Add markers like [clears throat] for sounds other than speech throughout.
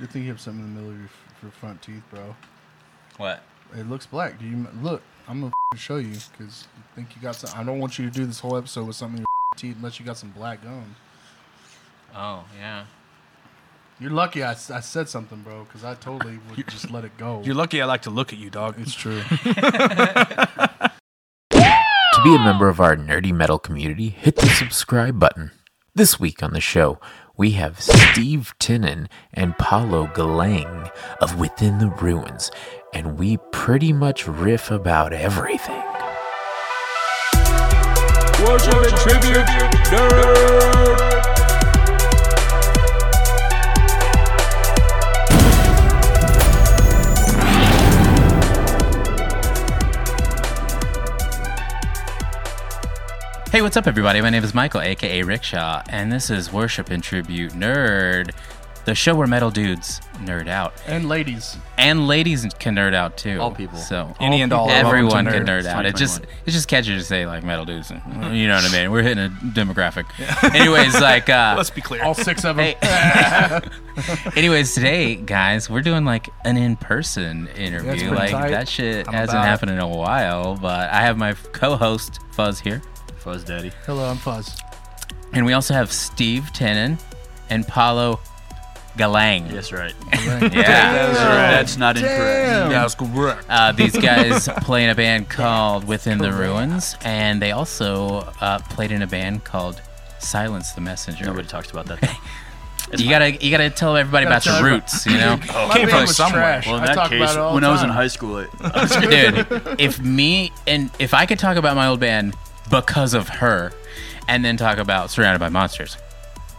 Good thing you have something in the middle of your, f- your front teeth, bro. What? It looks black. Do you m- look? I'm gonna f- show you because I think you got some. I don't want you to do this whole episode with something in your teeth unless you got some black gum. Oh yeah. You're lucky I, s- I said something, bro, because I totally would just let it go. You're lucky I like to look at you, dog. it's true. To be a member of our nerdy metal community, hit the subscribe button. This week on the show, we have Steve Tinnen and Paolo Galang of Within the Ruins, and we pretty much riff about everything. Worship and tribute, nerd. Hey, what's up, everybody? My name is Michael, aka Rickshaw, and this is Worship and Tribute Nerd, the show where metal dudes nerd out, and ladies, and ladies can nerd out too. All people. So Any and all. are welcome to everyone can nerd It's out. It just 2021. it's just catchy to say like metal dudes. You know what I mean? We're hitting a demographic. [laughs] Anyways, like uh, [laughs] Let's be clear. all six of them. Anyways, today, guys, we're doing like an in-person Yeah, it's interview. pretty like tight. that shit I'm hasn't about it. happened in a while, but I have my co-host Fuzz here, Fuzz Daddy. Hello, I'm Fuzz. and we also have Steve Tenen and Paulo Galang. Yes, right. Yeah. That's That's not incorrect. Damn. That's correct. Uh, these [laughs] guys play in a band called Within the Ruins, and they also uh, played in a band called Silence the Messenger. Nobody talks about that. you gotta, you gotta tell everybody Gotta about tell your everybody. roots, you know. [laughs] My Came band from was somewhere. trash. Well, in I that talk case, about it all when the I was in time. high school, it, Oh, dude if me and if i could talk about my old band because of her and then talk about surrounded by monsters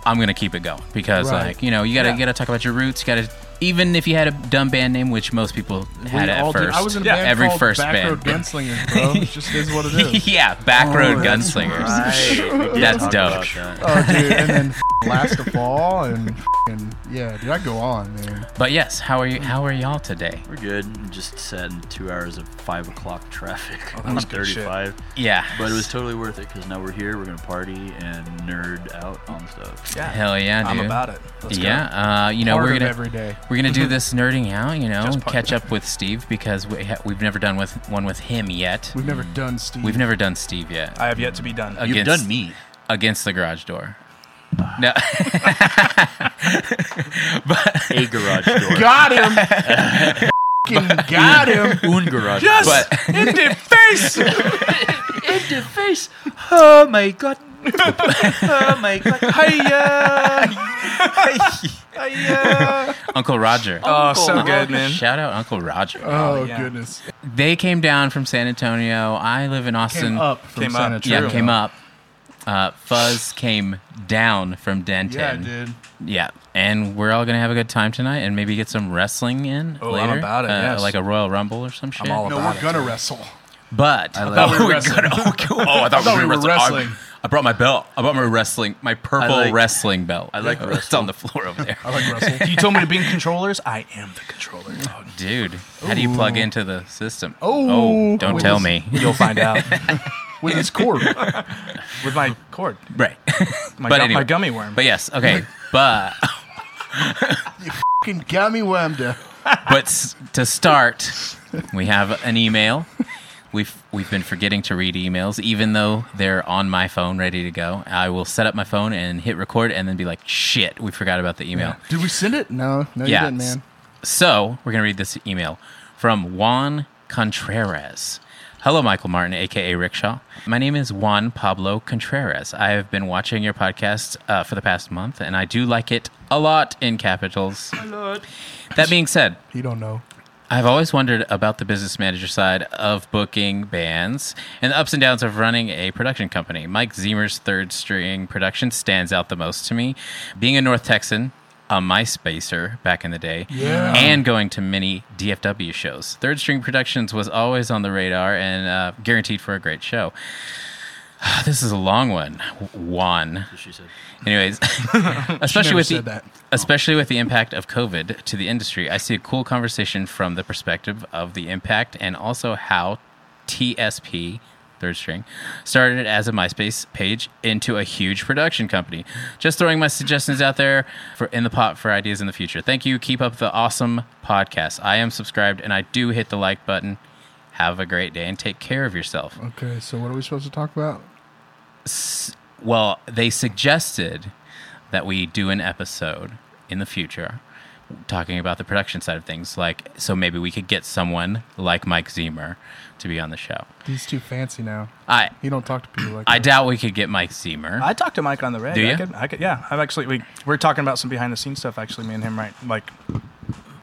i'm gonna keep it going because Right. like you know you gotta you gotta talk about your roots you gotta even if you had a dumb band name which most people had We at all did- first I was in a band every called first Backroad band [laughs] Gunslingers, bro. It just is what it [laughs] is. yeah backroad gunslingers That's dope. Oh, dude, and [laughs] then f- last of all, and f***ing- yeah, dude, I go on, man. but yes how are you how are y'all today We're good. I'm Just sat in two hours of five o'clock traffic that on was good shit. 35, yeah but it was totally worth it because now we're here. We're gonna party and nerd out on stuff. hell yeah dude I'm about it. Let's go. yeah uh you know Part we're of gonna every day. We're gonna do this nerding out, you know, Just and part catch up with Steve because we ha- we've never done with one with him yet. We've never done Steve. We've never done Steve yet. I have yet to be done. Against, You've done me. against the garage door. No, [laughs] but A garage [laughs] door. got [laughs] him. F***ing got him. Un garage. Yes! door. but In the face! in the face. Oh my god. oh my god. Hiya! Hiya! Uncle Roger. Oh, so good, man. Shout out Uncle Roger. Oh, yeah. goodness. they came down from San Antonio. I live in Austin. Came up from Came San up. yeah, Antonio. came up. Uh, Fuzz came down from Denton. Yeah, dude. Yeah, and we're all gonna have a good time tonight, and maybe get some wrestling in Oh, later, I'm about it, uh, yes. like a Royal Rumble or some shit. all No, About we're it, gonna wrestle. But I thought we were wrestling. [laughs] oh, I thought, we were wrestling. I, I brought my belt. I brought my wrestling, my purple like- wrestling belt. I like it's on the floor over there, I like [laughs] wrestle. You told me to bring controllers. I am the controller. dog. dude. How do you plug into the system? Oh, don't with tell his- me. You'll [laughs] find out With his cord. with my cord, [laughs] Right, my, But gu- anyway. my gummy worm. but yes, okay, but F***ing got me whammed uh, up. but s- to start, we have an email. We've we've been forgetting to read emails, even though they're on my phone, ready to go. I will set up my phone and hit record, and then be like, "Shit, we forgot about the email." Did we send it? No, no, Yeah. you didn't, man. So we're gonna read this email from Juan Contreras. Hello, Michael Martin, aka Rickshaw. My name is Juan Pablo Contreras. I have been watching your podcast uh, for the past month, and I do like it a lot. In capitals. A lot. That being said, He don't know. I've always wondered about the business manager side of booking bands and the ups and downs of running a production company. Mike Zemer's third string production stands out the most to me. Being a North Texan, a MySpacer back in the day, Yeah. and going to many DFW shows. Third String Productions was always on the radar and uh, guaranteed for a great show. [sighs] This is a long one, Juan. She said. [laughs] Anyways, Never especially with the, said that. especially with the impact of COVID to the industry, I see a cool conversation from the perspective of the impact and also how TSP, third string, started as a MySpace page into a huge production company. Just throwing my suggestions out there for in the pot for ideas in the future. Thank you. Keep up the awesome podcast. I am subscribed and I do hit the like button. Have a great day and take care of yourself. Okay, so what are we supposed to talk about? Well, they suggested that we do an episode in the future talking about the production side of things. Like, so maybe we could get someone like Mike Zemer to be on the show. He's too fancy now. I He don't talk to people like I that. doubt we could get Mike Zemer. I talked to Mike on the red. Do you? I could, I could, yeah, I've actually we we're talking about some behind the scenes stuff. Actually, me and him right like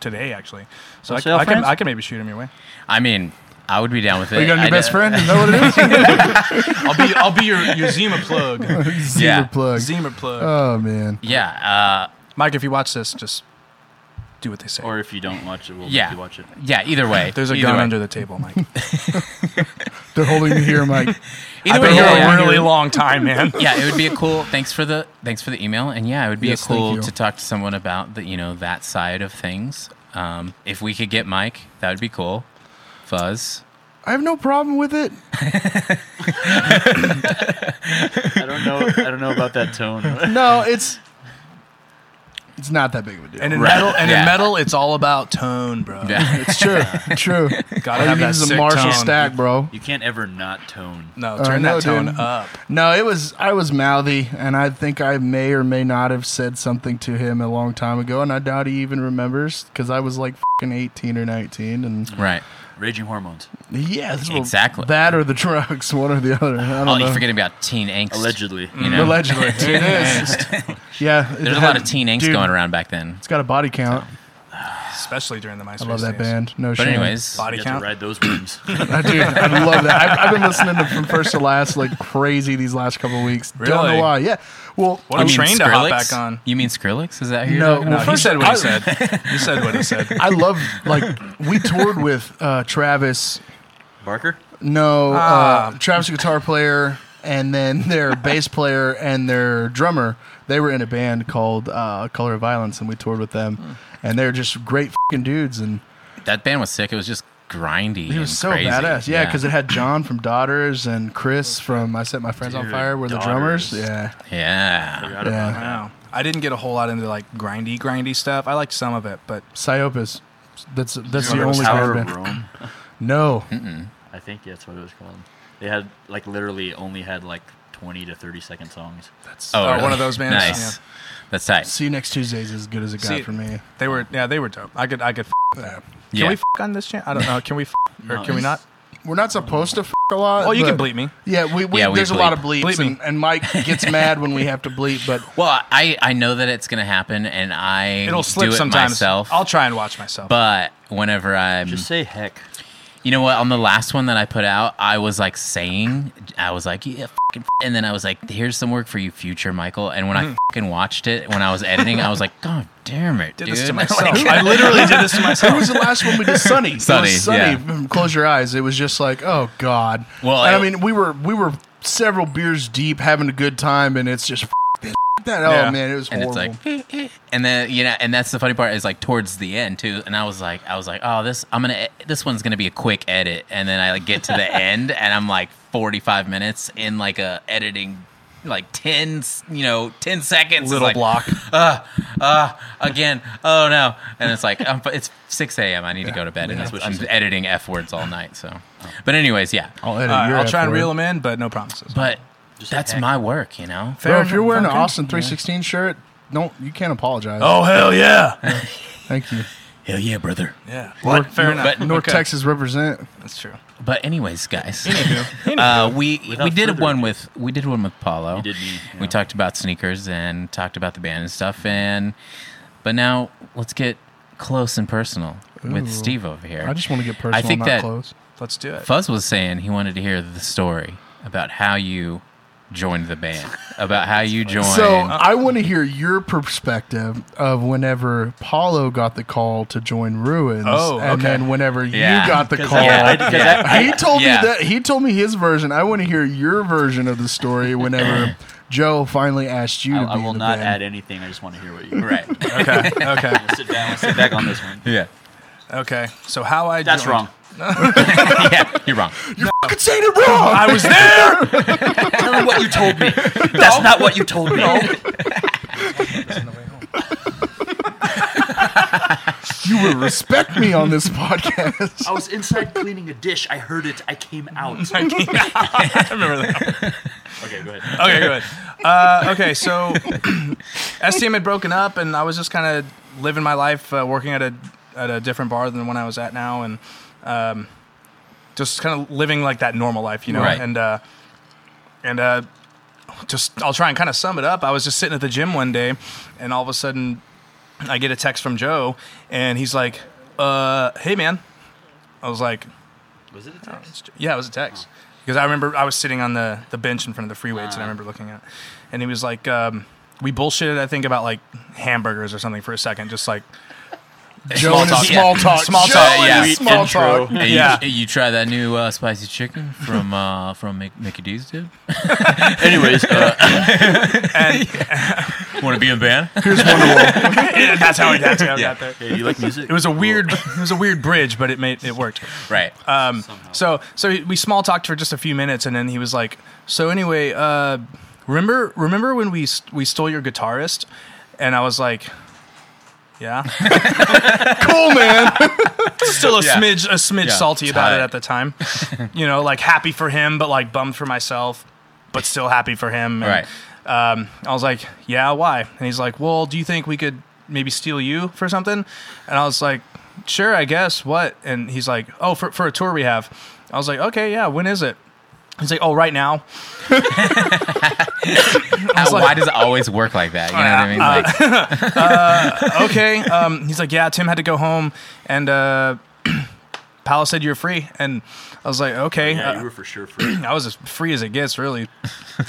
today actually. So Oh, I, so y'all I can friends? I can maybe shoot him your way. I mean, I would be down with it. Are you got a I new best d- friend? Is that what it is? I'll be I'll be your your Zima plug. Zima [laughs] Yeah. plug. Zima plug. Oh man. Yeah, uh, Mike, if you watch this, just do what they say. Or if you don't watch it, we'll yeah, make you watch it. yeah. Either way, There's a either gun way. under the table, Mike. They're holding me here, [laughs] Mike. Either I've way, been here yeah, a yeah. really long time, man. Yeah, it would be a cool. Thanks for the thanks for the email, and yeah, it would be Yes, a thank cool you. to talk to someone about the you know that side of things. Um, if we could get Mike, that would be cool. Fuzz, I have no problem with it. I don't know. I don't know about that tone. [laughs] No, it's it's not that big of a deal. [laughs] And in Right. metal, and Yeah. in metal, it's all about tone, bro. yeah, it's [laughs] true. True. Gotta All you have need that is a sick Marshall tone. stack, bro. You can't ever not tone. No, Uh, turn no, that tone dude. up. No, it was I was mouthy, and I think I may or may not have said something to him a long time ago, and I doubt he even remembers because I was like fucking eighteen or nineteen, and right. Raging hormones, yeah, that's what- Exactly. that or the drugs, [laughs] one or the other. I don't Oh, know. you're forgetting about teen angst. allegedly. You [laughs] know, Allegedly, [laughs] it is. Yeah, it there's a had- lot of teen angst dude, going around back then. It's got a body count. especially during the MySpace. I love that days. band. No But shame. anyways, Body You have count. to ride those wings. I do. I love that. I've, I've been listening to from first to last like crazy these last couple of weeks. Don't know Really? why. Yeah. Well, What a you mean train to hop back on. You mean Skrillex? Is that who you're No, well, talking about? No, he First said what I- he said. He said what he said. I love like we toured with uh, Travis. Barker. No, uh, Travis the guitar player, and then their bass player and their drummer. They were in a band called uh, Color of Violence, and we toured with them. And they're just great fucking dudes, and That band was sick. It was just grindy. he and was so crazy. badass. Yeah, because it had John from Daughters and Chris from I Set My Friends on Dude, Fire were the Daughters. drummers. Yeah, yeah. Forgot Yeah. about that. Wow. I didn't get a whole lot into like grindy, grindy stuff. I liked some of it, but Psyopus. That's that's the Remember only Tower band. of Rome. No, [clears throat] I think that's what it was called. They had like literally only had like twenty to thirty second songs. that's Oh, uh, really? one of those bands. Nice. Yeah. That's tight. see you next Tuesday's as good as it got See- for me. They were yeah, they were dope. I could I could f- with that. Can Yeah. we f- on this channel? I don't know. [laughs] Can we f- or No, can we not? it's- We're not supposed to f- a lot. Oh, you can but- bleep me. Yeah, we, we, Yeah, we there's bleep. a lot of bleeps, Bleep me. and, and Mike [laughs] gets mad when we have to bleep. But Well, I, I know that it's gonna happen, and I It'll slip do it sometimes. myself. I'll try and watch myself. but whenever I'm, Hmm. Just say heck. you know what? On the last one that I put out, I was like saying, I was like, yeah, fucking, f-" and then I was like, here's some work for you, future Michael. And when Mm. I fucking watched it, when I was editing, I was like, God damn it, did dude! [laughs] this to Like, myself. I literally did this to myself. who was the last one we [laughs] did? Sunny. Sunny, It was Sunny. Mm, Close your eyes. It was just like, oh god. Well, and I, I- mean, we were we were several beers deep, having a good time, and it's just f- this, f- that. Oh Yeah. man, it was and horrible. it's like eh, eh. [laughs] and then you know and that's the funny part is like towards the end too and i was like i was like oh this i'm gonna e- this one's gonna be a quick edit and then i like get to the end and i'm like 45 minutes in like a editing like 10 s- you know 10 seconds It's Little like, [laughs] block. uh uh again oh no and it's like um, it's 6 a.m i need to go to bed and that's what i'm editing f words all night so but anyways yeah I'll edit All right, your I'll try and F-word. reel them in, but no promises. but Just that's heck. my work you know Bro, if you're wearing an Okay. Austin 316 shirt, don't you can't apologize. Oh hell yeah. Thank you. hell yeah brother Yeah. What? Fair enough. but- North Okay. Texas represent. That's true. but anyways guys [laughs] Anywho. Uh, we we Without did further one ado. with we did one with Paulo. You did me, We yeah. talked about sneakers and talked about the band and stuff, and but now let's get close and personal with Ooh. Steve over here. I just want to get personal, I think not that close. Let's do it. Fuzz was saying he wanted to hear the story about how you joined the band, about how you joined. So uh, I want to hear your perspective of whenever Paulo got the call to join Ruins, Oh, and okay. then whenever Yeah. you [laughs] got the Because call. I- I- 'cause Yeah. I- he told Yeah. me that he told me his version. I want to hear your version of the story. Whenever Joe finally asked you I, to be I will in the not add band. anything. I just want to hear what [laughs] you. right, [laughs] Okay. Okay. Sit down. Sit back on this one. yeah, [laughs] Okay. So how I That's joined- wrong. yeah, [laughs] you're wrong. fucking saying it wrong. [laughs] I was there. [laughs] Tell me what you told me. That's not what you told me. you will respect me on this [laughs] podcast. I was inside cleaning a dish. I heard it. I came [laughs] out. I remember that. okay, go ahead. okay, good. Uh, okay, so [clears throat] STM had broken up, and I was just kind of living my life, uh, working at a at a different bar than the one I was at now, and um, just kind of living like that normal life, you know. Right. And uh, and uh, just I'll try and kind of sum it up. I was just sitting at the gym one day, and all of a sudden, I get a text from Joe, and he's like, uh, "Hey, man." I was like, Was it a text? yeah, it was a text. Oh. Because I remember I was sitting on the, the bench in front of the free weights and I remember looking at it. And he was like, um, we bullshitted, I think, about like hamburgers or something for a second. Just like, Joe and his talk. small talk. Small Joe talk, and yeah. his Small Intro. talk. Hey, Yeah. you, you try that new uh, spicy chicken from uh, from Mick- Mickey D's, dude? Anyways, [laughs] uh, [laughs] Want to be in the band? yeah, that's how I got, that's how I got there. hey, you like music? It was a weird, it was a weird bridge, but it made it worked. right. Um, so so we small talked for just a few minutes, and then he was like, "So anyway, uh, remember remember when we st- we stole your guitarist?" And I was like, "Yeah." [laughs] Cool, man. still a Yeah. smidge a smidge Yeah. salty about it Tight. at the time. [laughs] you know, like happy for him, but like bummed for myself, but still happy for him. And, right. Um, I was like, yeah, why? And he's like, well, do you think we could maybe steal you for something? And I was like, sure, I guess. What? And he's like, oh, for for a tour we have. I was like, okay, yeah. When is it? He's like, oh, right now. [laughs] How- Why does it always work like that? You know what I mean? Like, okay. Um, he's like, yeah, Tim had to go home, and uh, [clears throat] Palace said you're free, and I was like, okay. Oh, yeah, [clears throat] uh, you were for [clears throat] sure free. [clears throat] I was as free as it gets, really.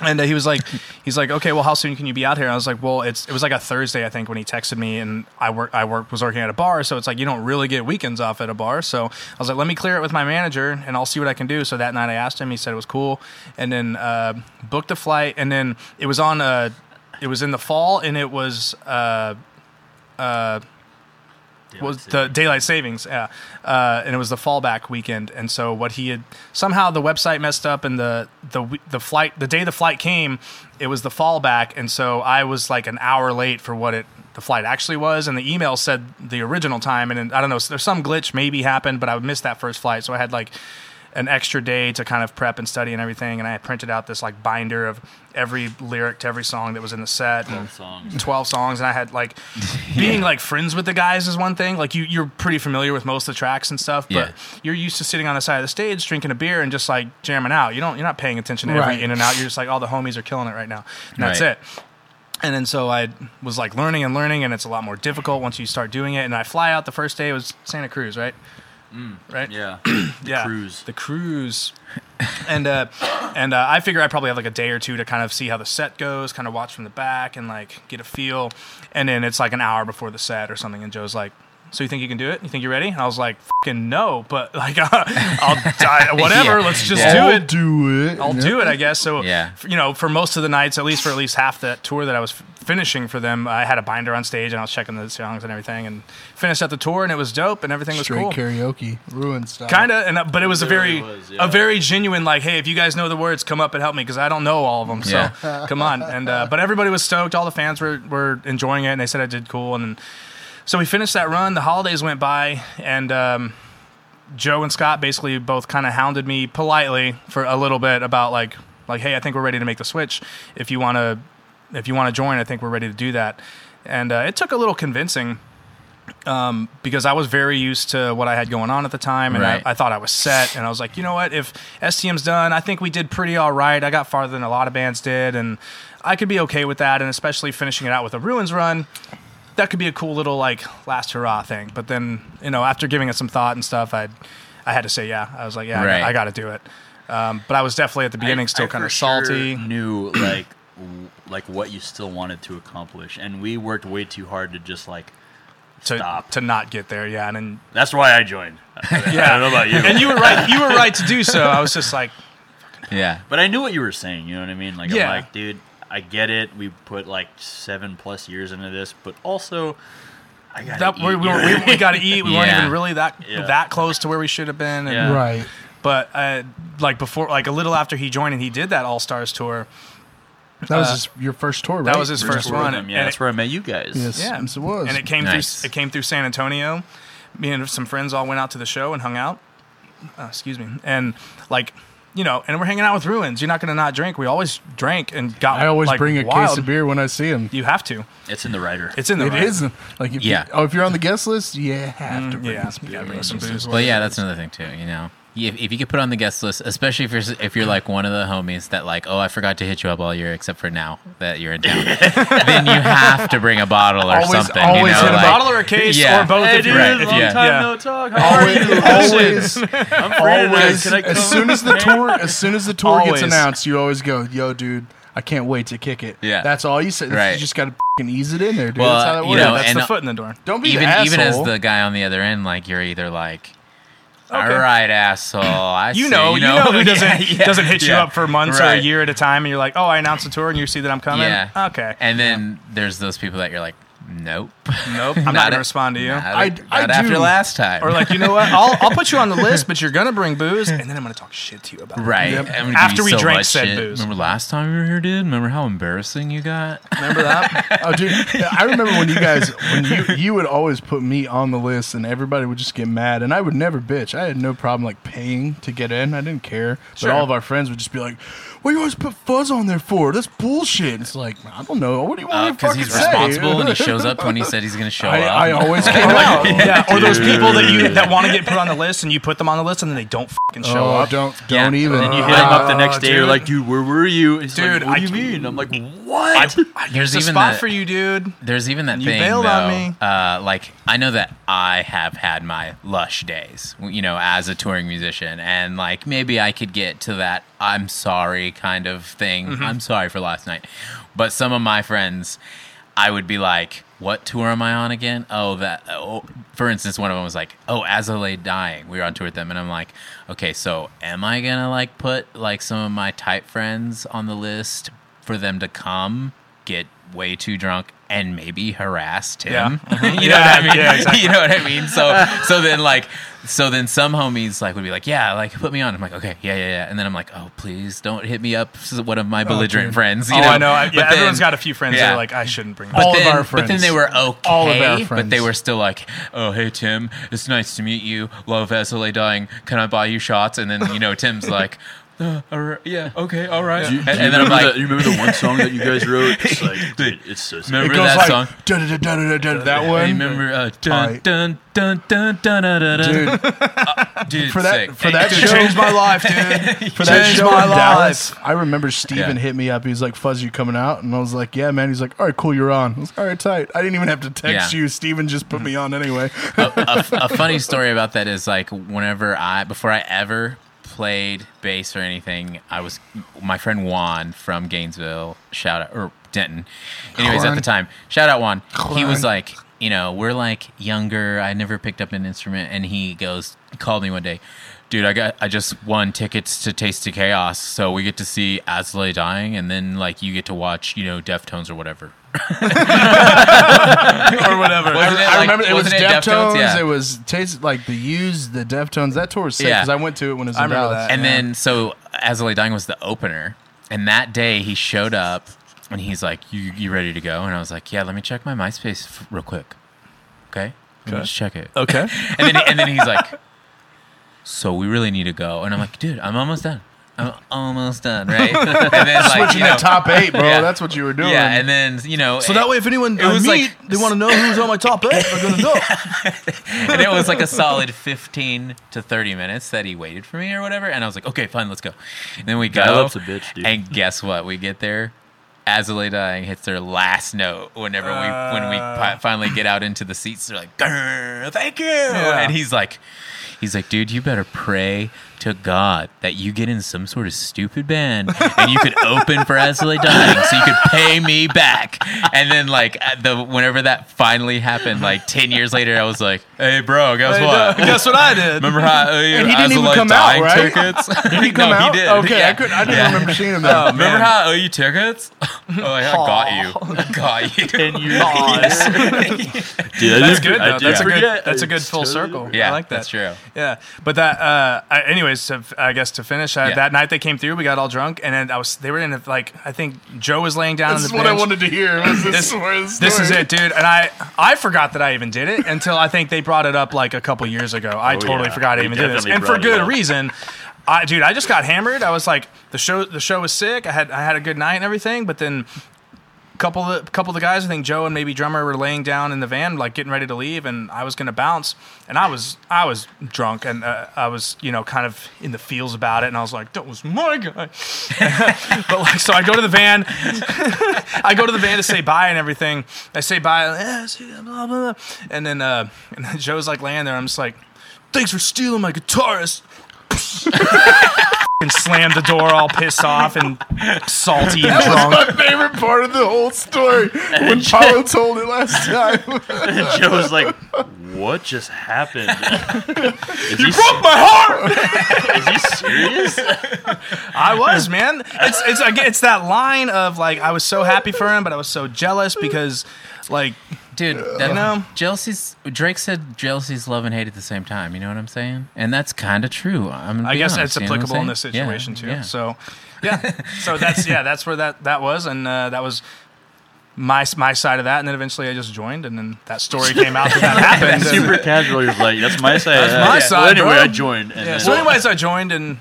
And uh, he was like, he's like, okay, well, how soon can you be out here? And I was like, well, it's it was like a Thursday, I think, when he texted me, and I work I work was working at a bar, so it's like you don't really get weekends off at a bar. So I was like, let me clear it with my manager, and I'll see what I can do. So that night, I asked him. He said it was cool, and then uh, booked a flight, and then it was on a, it was in the fall, and it was. Uh, was the daylight savings, yeah, uh, and it was the fallback weekend. And so what he had somehow the website messed up, and the the w- the flight the day the flight came, it was the fallback, and so I was like an hour late for what it the flight actually was, and the email said the original time, and then, I don't know, there's some glitch maybe happened, but I missed that first flight, so I had like an extra day to kind of prep and study and everything, and I had printed out this like binder of every lyric to every song that was in the set. and- 12 songs and i had [laughs] like being like friends with the guys is one thing like you you're pretty familiar with most of the tracks and stuff but Yeah. you're used to sitting on the side of the stage drinking a beer and just like jamming out you don't you're not paying attention to Right. every in and out you're just like all the homies are killing it right now and that's Right. it and then so I was like learning and learning, and it's a lot more difficult once you start doing it. And I fly out the first day. It was Santa Cruz, right? right? Yeah. yeah, cruise. The cruise. and uh, and uh, I figure I probably have like a day or two to kind of see how the set goes, kind of watch from the back and like get a feel. And then it's like an hour before the set or something. And Joe's like, "So you think you can do it? You think you're ready?" And I was like, "Fucking no," but like [laughs] I'll die. Whatever. Yeah. Let's just Yeah. do I'll it. do it. I'll do it, I guess. So, Yeah. f- you know, for most of the nights, at least for at least half that tour that I was f- finishing for them, I had a binder on stage and I was checking the songs and everything, and finished out the tour and it was dope and everything was Straight cool. karaoke, ruined stuff. Kind of, and uh, but it was a very, really was, yeah. a very genuine like, hey, if you guys know the words, come up and help me because I don't know all of them. So [laughs] Yeah. come on, and uh, but everybody was stoked. All the fans were were enjoying it, and they said I did cool. And so we finished that run. The holidays went by, and um, Joe and Scott basically both kind of hounded me politely for a little bit about like like hey, I think we're ready to make the switch. If you want to if you want to join, I think we're ready to do that. And uh, it took a little convincing um, because I was very used to what I had going on at the time, and Right. I, I thought I was set. And I was like, you know what? If STM's done, I think we did pretty all right. I got farther than a lot of bands did, and I could be okay with that. And especially finishing it out with a Ruins run, that could be a cool little like last hurrah thing. But then you know, after giving it some thought and stuff, I I had to say yeah. I was like, yeah, I- Right. I, got to do it. Um, but I was definitely at the beginning still kind for of salty. Sure knew [clears throat] like w- like what you still wanted to accomplish, and we worked way too hard to just like to, Stop. to not get there. Yeah, and then, That's why I joined. [laughs] I yeah, don't know about you, and you were right. You were right to do so. I was just like, yeah. but I knew what you were saying. You know what I mean? Like Yeah. I'm like, dude, I get it. We put like seven plus years into this, but also that we, we, were- [laughs] we, we got to eat. We weren't Yeah. even really that Yeah. that close to where we should have been. And, Yeah. Right. But uh, like before, like a little after he joined and he did that All Stars tour. That was his, your first tour, right? That was his first Tour with one. them, Yeah, and that's it- where I met you guys. Yes, Yeah, yes, it was. And it came Nice. through. It came through San Antonio. Me and some friends all went out to the show and hung out. Uh, excuse me. And like, you know, and we're hanging out with ruins. You're not gonna not drink. We always drank and got. I always like, bring a wild. case of beer when I see him. You have to. It's in the writer. It's in the. It right. Mm, is like if Yeah. You, oh, if you're on the guest list, you have to bring Yeah, this yeah, beer. bring some booze. Well, yeah, that's another thing too. You know, if, if you get put on the guest list, especially if you're if you're like one of the homies that like, oh, I forgot to hit you up all year except for now that you're in town, then you have to bring a bottle or Always- something. you always know, hit a like- bottle or a case yeah. or both. Hey, if dude, you're- Right, long yeah. time Yeah. no talk. How are you? Always, always, I'm Fred. always. Can I come As soon as the over? tour, as soon as the tour Always. gets announced, you always go, "Yo, dude, I can't wait to kick it." Yeah. that's all you said. Right. You just got to fucking ease it in there, dude. Well, that's how that you works. know, that's the and- foot in the door. Don't be even the even as asshole. the guy on the other end, like you're either like, all right, asshole, I You see, know, you know who doesn't [laughs] Yeah, yeah, doesn't hit you yeah. up for months or a Right. year at a time, and you're like, "Oh, I announced a tour, and you see that I'm coming." Yeah. Okay. And then there's those people that you're like, nope, [laughs] nope. I'm not, Not gonna it. respond to you. not, I- not I do. after last time, Or like, you know what? I'll I'll put you on the list, but you're gonna bring booze, and then I'm gonna talk shit to you about [laughs] it. Right. Yep. I'm gonna give After you we so drank much said shit. booze. Remember last time you were here, dude? Remember how embarrassing you got? Remember that? oh, dude, I remember when you guys, when you you would always put me on the list, and everybody would just get mad, and I would never bitch. I had no problem like paying to get in. I didn't care, Sure. but all of our friends would just be like, "What you always put fuzz on there for? That's bullshit." it's like I don't know. What do you [laughs] want me to Because fucking Uh, he's say? responsible and he shows up when he said he's going to [laughs] show I, up. I [laughs] always Or like- Oh, yeah, or those people that you that want to get put on the list, and you put them on the list, and then they don't fucking show oh, up. Don't Yeah. don't even. And you hit him up the next day. You're Ah, dude. like, dude, where were you? And he's like, Dude, what I do you c- mean? I'm like, what? There's It's a even spot that, for you, dude. There's even that You thing bailed though. on me. Uh, like I know that I have had my lush days, you know, as a touring musician, and like maybe I could get to that "I'm sorry" kind of thing. I'm sorry for last night, but some of my friends, I would be like, "What tour am I on again?" Oh, that. Oh, for instance, one of them was like, "Oh, As I Lay Dying," we were on tour with them, and I'm like, "Okay, so am I gonna like put like some of my type friends on the list for them to come?" get way too drunk and maybe harassed him. [laughs] you know Yeah, what I mean? yeah, exactly. You know what I mean? So so then like so then some homies like would be like, yeah, like put me on. I'm like, okay, yeah, yeah, yeah. And then I'm like, oh, please don't hit me up. This is one of my belligerent friends. You oh, know? I know. I, But yeah, then- everyone's got a few friends that yeah. are like, I shouldn't bring. But That. all of then, our But then friends. they were okay. All of our But they friends. were still like, oh, hey, Tim, it's nice to meet you. Love SLA dying. Can I buy you shots? And then, you know, Tim's like, uh, all right, yeah, okay, all right. Do you, and, do you and then I'm remember like, that, you remember the one song that you guys wrote? [laughs] It's like, dude, it's so sad. It remember goes that like song? da da da da da da that I one. remember uh, dun, Alright. dun, dun, dun, dun, dun, dun, dun, dude. dude, for that sick. for that [laughs] Dude, show, Changed my life, dude. for that Changed show my in life. Dallas, I remember Steven Yeah. hit me up. He was like, "Fuzz, you coming out?" And I was like, "Yeah, man." He's like, "All right, cool, you're on." I was like, "All right, tight." I didn't even have to text Yeah. you. Steven just put me on anyway. a, a funny story about that is like whenever I before I ever played bass or anything, I was my friend Juan from Gainesville. Shout out or Denton. Anyways, at Juan. the time, shout out Juan. He was Juan. like, you know, we're like younger. I never picked up an instrument, and he goes called me one day. Dude, I got I just won tickets to Taste of Chaos, so we get to see Asley dying, and then like you get to watch, you know, Deftones or whatever. or whatever. [laughs] Wasn't I like- remember it was wasn't Deftones. Yeah. It was taste like the U's, the Deftones. That tour was sick Yeah. because I went to it when it was I in remember Dallas. that. And then so Azalea Dying was the opener, and that day he showed up and he's like, "You you ready to go?" And I was like, "Yeah, let me check my MySpace f- real quick, okay? Let me just check it." Okay. And then and then he's like, "So we really need to go," and I'm like, "Dude, I'm almost done. I'm almost done, right?" And then like, Switching you know, to top eight, bro. [laughs] Yeah. That's what you were doing. yeah, and then you know, So that way, if anyone It was I meet, like- they want to know who's on my top eight, they're gonna know. and it was like a solid 15 to 30 minutes that he waited for me or whatever and i was like okay fine let's go and then we go Dial-up's a bitch, dude. and guess what we get there Azalea Dying hits their last note whenever we when we pi- finally get out into the seats. They're like, "Grr, "Thank you," and he's like, He's like, dude, you better pray to God that you get in some sort of stupid band and you could open for SLA Dying so you could pay me back. And then like at the whenever that finally happened, like ten years later, I was like, hey bro, guess what? Guess what I did? Remember how uh, and he didn't even come out, right? Tickets? Did he come [laughs] no, out? He did. Okay, Oh, yeah. I couldn't. I didn't Yeah. Oh, remember seeing [laughs] him. Though. Remember how I owe you tickets? [laughs] oh, yeah, I got you. [laughs] I got you. Ten years. [laughs] Dude, [laughs] I Oh, That's didn't- good. I Though. didn't That's a forget. good. That's a good It's full totally- circle. Yeah, I like that. that's true. Yeah, but that. Uh, I, anyways, to, I guess to finish uh, Yeah. that night they came through. We got all drunk, and then I was. They were in a, like I think Joe was laying down. This on is the what I bench. wanted to hear. Was [laughs] this, where the This is story- it, dude. And I I forgot that I even did it until I think they brought it up like a couple years ago. I totally Oh, yeah. forgot I They even did this, definitely and for brought it good up. reason. I, dude, I just got hammered. I was like, the show the show was sick. I had I had a good night and everything, but then couple of the, couple of the guys, I think Joe and maybe drummer were laying down in the van, like getting ready to leave, and I was gonna bounce, and I was I was drunk, and uh, I was you know kind of in the feels about it, and I was like, that was my guy, [laughs] but like so I go to the van, [laughs] I go to the van to say bye and everything. I say bye, "Eh, see ya," blah blah, blah. and then uh, and then Joe's like laying there, I'm just like, thanks for stealing my guitarist. [laughs] and slammed the door all pissed off and salty and That [laughs] drunk. was [laughs] my favorite part of the whole [laughs] story when Paulo told it last time. [laughs] Joe was like, "What just happened? [laughs] Is he, my heart. is [laughs] he serious? I was, man. It's it's again, it's that line of like I was so happy for him, but I was so jealous because like Dude, that, know? jealousy's Drake said jealousy's love and hate at the same time. You know what I'm saying? And that's kind of true. I'm gonna I be guess honest, you that's know what I'm applicable in this saying? Yeah, situation too. yeah. So yeah, so that's yeah, that's where that that was, and uh, that was. My, my side of that, and then eventually I just joined, and then that story came out [laughs] that that happened. and- Super casual. He was like, "That's my side. That's my Well, side, anyway, bro. I joined. And yeah, then, so, anyways, I joined, and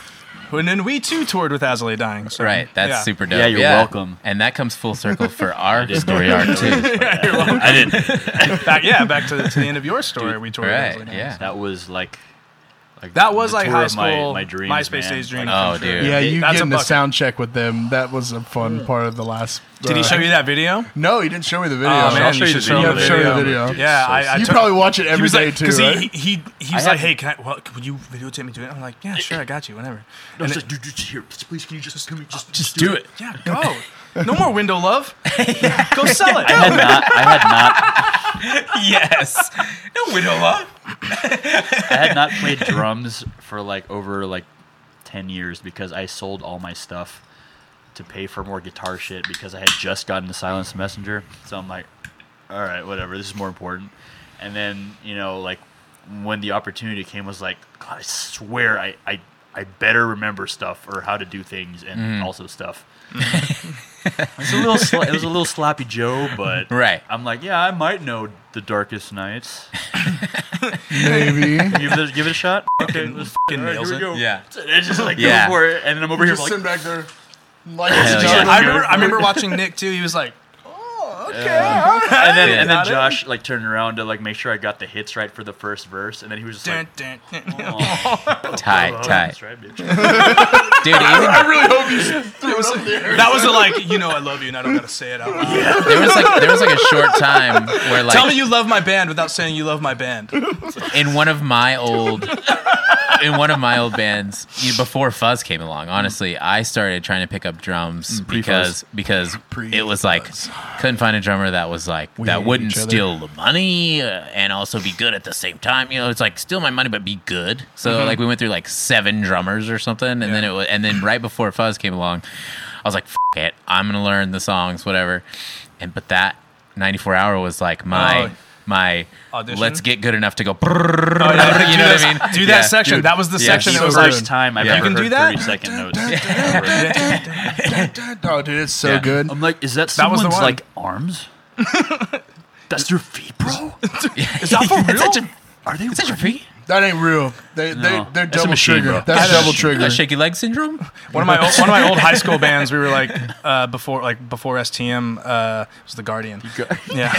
[sighs] and then we too toured with Azalea Dying. So, Right, that's yeah. super dope. Yeah, you're welcome. And that comes full circle for [laughs] our story arc too. [laughs] I didn't. Back, yeah, back to, to the end of your story. we toured. with Right, Azalea Dying. yeah. That was like, like That was the like tour high of my- school, my dreams, MySpace man. days dream. Like, Oh, dude. Yeah, you That's a getting the bucket. sound check with them. That was a fun part of the last. Did he uh, show you that video? No, he didn't show me the video. Oh, man, I'll show you you the should show video. the Yeah, show you video. the video. Yeah, I, I you took- probably watch it he every was day like, too, right? [laughs] he, he, he, he was I like, have- hey, can I, well, could you videotape me doing it? I'm like, yeah, sure, I got you, whenever. I And was it- like, dude, dude, here, please, can you just, can we just, Just do it. [laughs] yeah, go. No more window love. Go sell it. I had not, I had not, yes. No widow love. I had not played drums for like over like ten years because I sold all my stuff to pay for more guitar shit because I had just gotten the Silence Messenger. So I'm like, all right, whatever, this is more important. And then you know, like when the opportunity came, was like, God, I swear, I, I, I better remember stuff or how to do things and also stuff. it's a little, sla- it was a little sloppy Joe, but Right. I'm like, yeah, I might know the Darkest Nights. Maybe. Give it, a- give it a [laughs] shot. Okay, let's fucking all right, nails here it. we go. Yeah. It's just like Yeah. yeah. for it, and then I'm over here Just like, sitting back there. Like, Hell it's yeah. done. I remember, I remember watching Nick too. He was like, and then and then Got it. Josh like turned around to like make sure I got the hits right for the first verse, and then he was just dun, like, dun, "Oh, dun. Tight, tight. that's right, bitch. Dude, [laughs] even I really hope you threw it up there. that was a, like, you know, I love you, and I don't gotta say it out loud. there was like there was like a short time where like Tell me you love my band without saying you love my band. in one of my old in one of my old bands you know, before fuzz came along honestly i started trying to pick up drums Mm, because because it was like couldn't find a drummer that was like that hated wouldn't each other. steal the money uh, and also be good at the same time you know it's like steal my money but be good so Mm-hmm. like we went through like seven drummers or something and then it was and then right before fuzz came along i was like F- it i'm gonna learn the songs whatever and but that 94 hour was like my Oh. my Audition? Oh, let's get good enough to go yeah, you do know that- what I mean? Do that Yeah. section. Dude. That was the Yeah. section that That's the was first like, time I've Yeah. You ever can do heard that? thirty second notes. Oh, dude, it's so Yeah. good. Um, I'm like, is that That was someone's the one. like [laughs] arms? That's your feet, bro. [laughs] is that for real? Are they? Is that your feet? That ain't real. They, No. they, they're That's a double machine, trigger. bro. That's double Uh, trigger. shaky leg syndrome? one of my old, [laughs] one of my old high school bands. We were like uh, before like before STM uh, it was the Guardian. [laughs] yeah,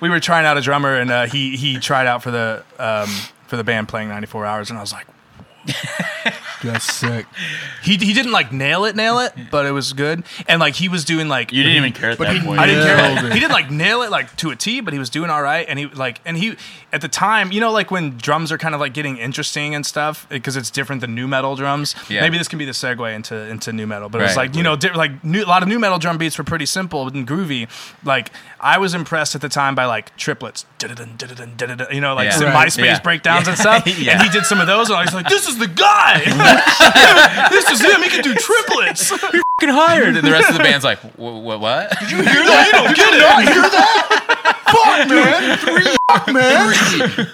we were trying out a drummer, and uh, he he tried out for the um, for the band playing 94 hours, and I was like, That's [laughs] sick. He, he didn't like nail it, nail it, but it was good. And like he was doing like You didn't even care at But that he, point. I didn't care. Nailed Like, it. he didn't like nail it like to a T, but he was doing all right. And he like, and he at the time, you know, like when drums are kind of like getting interesting and stuff because it's different than new metal drums. Yeah. Maybe this can be the segue into into new metal, but it was Right. like you know, di- like new, a lot of new metal drum beats were pretty simple and groovy. Like I was impressed at the time by like triplets, dun-dun-dun, dun-dun, dun-dun, you know, like Yeah. some Right. MySpace Yeah. breakdowns and [laughs] stuff. Yeah. And he did some of those, and I was like, this is the guy. [laughs] this is him. He can do triplets. [laughs] fucking hired. And the rest of the band's like, what? What? You hear that? You don't get [laughs] it. Not hear that? Fuck, man. [laughs] Three, [laughs] fuck, man.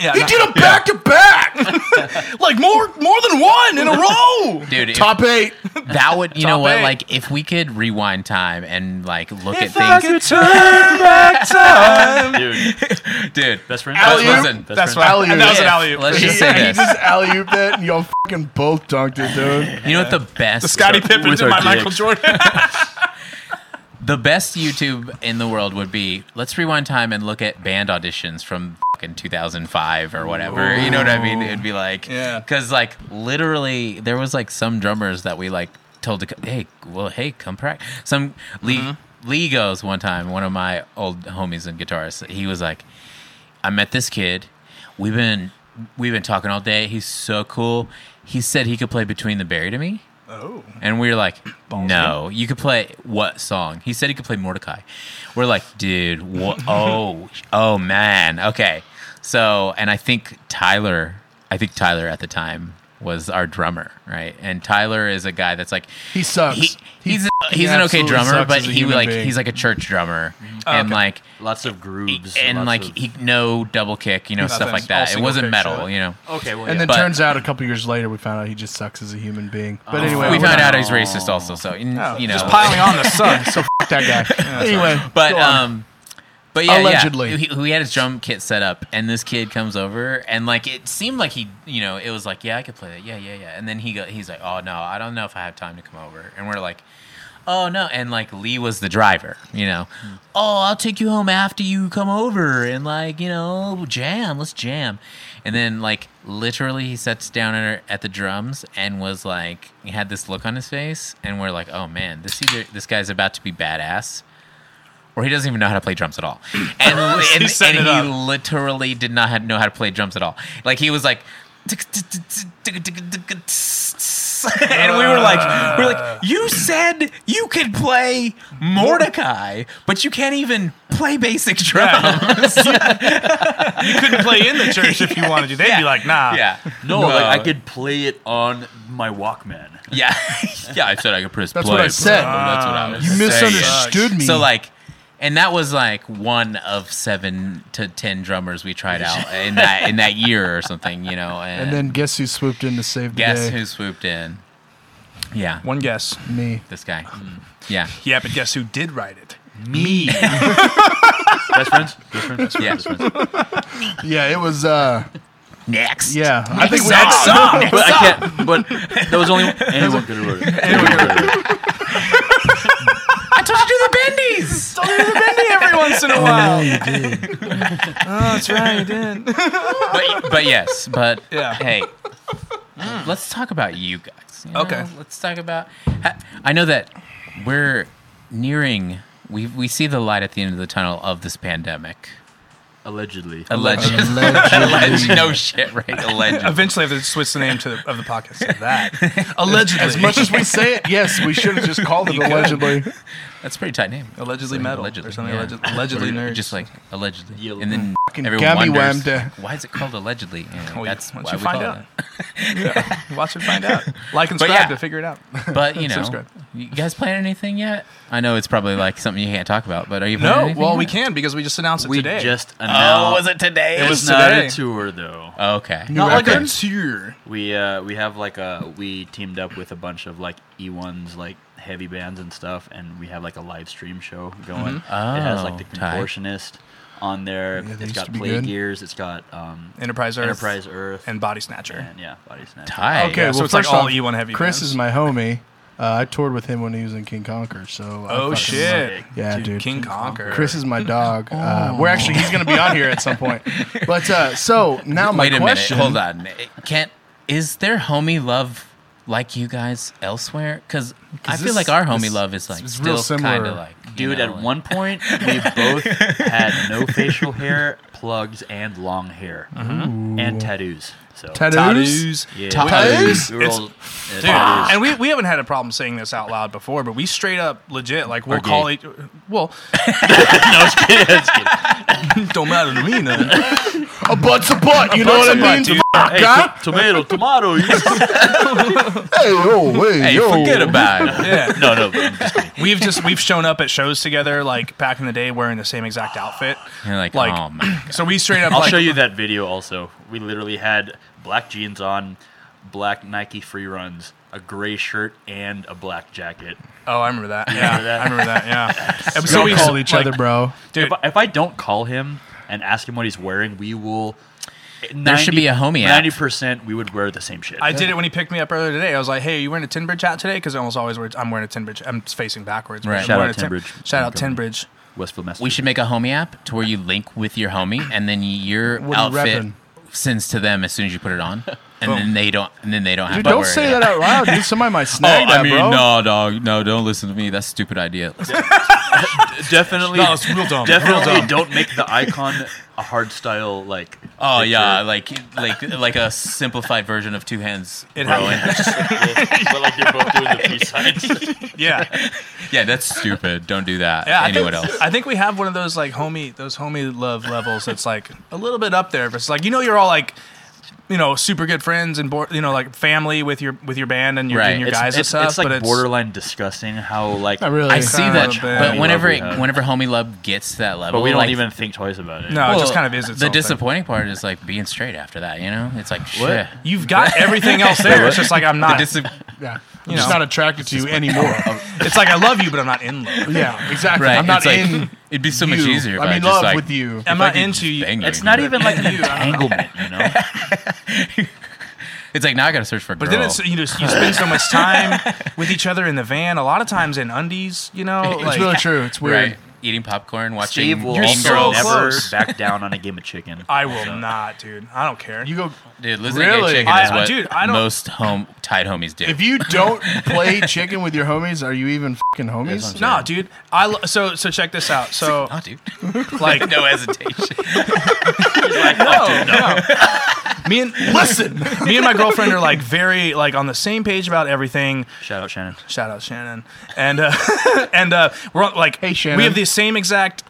Yeah, He no. did them back to back. like more more than one in a [laughs] row. Dude, if- Top eight. that would, you know Top what? eight. Like, if we could rewind time and, like, look If I at things. [laughs] Dude, [laughs] Dude, best friend. Alley-oop. Best friend. Listen, Best That's friend. why and that was an If- alley oop. let's He, just say he this. just alley ooped it, and y'all fucking both dunked it, dude. You know what the best? The Scotty Pippen with to our my dicks. Michael Jordan. The best YouTube in the world would be let's rewind time and look at band auditions from fucking 2005 or whatever. You know what I mean? It'd be like, Yeah. because like literally there was like some drummers that we like told to co- hey, well, hey, come practice. Some Lee Lee goes one time, one of my old homies and guitarists. He was like, I met this kid. We've been we've been talking all day. He's so cool. He said he could play between the berry to me. Oh. And we [clears throat] were like, no, you could play what song? He said he could play Mordecai. We're like, dude, [laughs] what? oh, oh man, okay. So, and I think Tyler, I think Tyler at the time was our drummer, right? And Tyler is a guy that's like, He sucks. he, he's he's an okay absolutely drummer, sucks but as a he human like being. Mm-hmm. he's like a church drummer, and like Lots of grooves. and lots like of- he no double kick, you know, stuff Nothing. like All that. It single wasn't kick metal, shit. you know. okay, well, And yeah. then But- Oh, turns out a couple years later, we found out he just sucks as a human being. But anyway, we we're found not- [laughs] out he's racist also, so you know, Oh. [laughs] Just piling on the sun. So Fuck [laughs] that guy. anyway, but go on. um but yeah, Allegedly. yeah. He, he had his drum kit set up and this kid comes over and like it seemed like he you know it was like yeah i could play that yeah yeah yeah and then he go, he's like oh no i don't know if i have time to come over and we're like oh no and like lee was the driver you know Hmm. oh i'll take you home after you come over and like you know jam let's jam and then like literally he sits down at, at the drums and was like he had this look on his face and we're like oh man this either this guy's about to be badass or he doesn't even know how to play drums at [clears throat] all. And, and, He's setting and it he literally did not ha- know how to play drums at all. Like he was like, [laughs] and we were like, we were like, you said you could play Mordecai, but you can't even play basic drums. [laughs] you couldn't play in the church if you wanted to. They'd Yeah. be like, nah. [laughs] yeah, no, like I could play it on my Walkman. yeah, [laughs] yeah. I said I could press. That's play, what I but said. That's what I was. you saying. misunderstood me. So like, and that was like one of seven to ten drummers we tried [laughs] out in that in that year or something, you know. And, and then guess who swooped in to save the guess day? who swooped in? Yeah, One guess. me. this guy. [sighs] Yeah, Yeah, but guess who did write it? Me. best friends. [laughs] Best friends. Best friends. Yeah. Best friends. Yeah, it was. uh next. Yeah, [laughs] I think we Next up. But I can't. But that was only Oh, [laughs] anyone could have wrote it. Anyone could have wrote it. I told you to do the [laughs] bendies. Every once in a while. [laughs] [laughs] oh, that's right, you did. but, but yes, but Yeah. hey, Mm. let's talk about you guys. you know? Okay. let's talk about. ha- I know that we're nearing. We we see the light at the end of the tunnel of this pandemic. Allegedly. Allegedly. [laughs] Alleged, no shit, right? Alleged. Eventually, I have to switch the name to the, of the podcast to that. Allegedly. [laughs] As much as we say it, yes, we should have just [laughs] called it allegedly. That's a pretty tight name. allegedly Like, metal. or something yeah. alleged- allegedly Or nerds. Just like allegedly. Yeah, and then Fucking everyone gammy wonders, whammed. why is it called allegedly? And Well, you- that's once why you we find call out. it Watch and find out. Like and But subscribe yeah. to figure it out. [laughs] that. But you know, Subscribe. you guys playing anything yet? I know it's probably like something you can't talk about, but are you playing No, anything well, yet? we can because we just announced it We today. just Oh, announced. was it today? It was It's not today. a tour though. okay. Not like Okay. a tour. We uh we have like a we teamed up with a bunch of like E1s like heavy bands and stuff, and we have like a live stream show going. it has like the Oh, tight. contortionist on there. they it's used to got be play good. gears. It's got um Enterprise Earth. Enterprise Earth And Body Snatcher. and, yeah, Body Snatch. Tight. Okay, Yeah, well, so it's like first all off, E1 heavy Chris bands. is my homie. Uh, I toured with him when he was in King Conquer. So I Oh fucking love- shit! Yeah, dude. King Conquer. Chris is [laughs] my dog. Uh, we're actually [laughs] he's going to be on here at some point. But uh, so now my Wait a question. minute. Hold on. It can't is there homie love like you guys elsewhere? Because I 'Cause feel this- like our homie this- love is like it's still real kind similar. of like you Dude, know, at like- one point, [laughs] we both had no facial hair, plugs, and long hair, Mm-hmm. and tattoos. So Tattoos. yeah, Tattoos? We were all- yeah, Dude, tattoos. and we, we haven't had a problem saying this out loud before, but we straight up legit like we'll Are gay. call each well, [laughs] don't matter to me none. A butt's a butt. You know what I mean? dude. Hey, God? to- tomato, tomato. you- Hey, yo, hey, Hey, yo. forget about it. Yeah. [laughs] no, no, I'm [laughs] just kidding. We've just we've shown up at shows together like back in the day wearing the same exact outfit. [laughs] You're like, Like- oh my So we straight up I'll like show you that video also. We literally had black jeans on, black Nike free runs, a gray shirt, and a black jacket. Oh, I remember that. Yeah. remember that? I remember that. [laughs] Yeah. And So we we've, call each like, other, bro. Dude, If I, if I don't call him and ask him what he's wearing, we will. There should be a homie app. Ninety percent, we would wear the same shit. I did it when he picked me up earlier today. I was like, "Hey, you wearing a Tinbridge hat today?" Because I almost always wear. I'm wearing a Tinbridge. I'm facing backwards. but Right. I'm Shout wearing out a Tin- Tinbridge. Shout out Come on. Tinbridge. Westfield, Massachusetts. We should make a homie app to where you link with your homie, and then your What are you outfit repping? sends to them as soon as you put it on, and then they don't, and then they don't have Dude, to Oh. don't worry say about- that out loud, dude. Somebody might [laughs] Oh, snag that, I mean, bro. no, dog, no, don't listen to me. That's a stupid idea. [laughs] definitely, No, it's real dumb. Real definitely dumb. don't make the icon a hard style like. [laughs] Oh yeah, picture. like like like a simplified version of two hands It growing. but like you're both doing the peace [laughs] signs. Yeah. yeah, that's stupid. Don't do that. Yeah. I Anyone think, else? I think we have one of those like homie, those homie love levels. That's like a little bit up there, but it's like you know you're all like. You know, super good friends and board, you know, like family with your with your band and your, Right. and your It's, guys and it's, stuff. it's like but it's borderline disgusting how like Not really. I see Kind that, of a but homie whenever love we it, have. whenever homie love gets to that level, but we don't like, even think twice about it. No, it just kind of is its the own thing. disappointing part is like being straight after that. You know, it's like shit. You've got [laughs] everything else there. It's just like I'm not. Dis- Yeah. I'm just know. not attracted to you anymore. [laughs] it's like I love you, but I'm not in love. yeah, exactly. right? I'm not it's like, in It'd be so much you. easier. if I'm I in just, love like, with you. if I'm I not could into just you. bang It's you, not but- even like an uh, entanglement, you know. It's like now I gotta search for a But girl. then it's you just you spend so [laughs] much time with each other in the van. A lot of times in undies, you know. It's like, really true. It's weird. right? Eating popcorn, watching. Steve will Mean You're also so Girls. never close. [laughs] back down on a game of chicken. I will not, dude. I don't care. You go Dude, listen to Really? Gay Chicken I- is what dude, I don't- most home tied homies do. [laughs] if you don't play chicken with your homies, are you even fucking homies? no, dude. I lo- so so check this out. [laughs] So oh, [laughs] dude, like no [laughs] hesitation. no, no. Me and listen. [laughs] Me and my girlfriend are like very like on the same page about everything. Shout out Shannon. Shout out Shannon. And uh, [laughs] and uh, we're on- like, Hey, Shannon. we have the same exact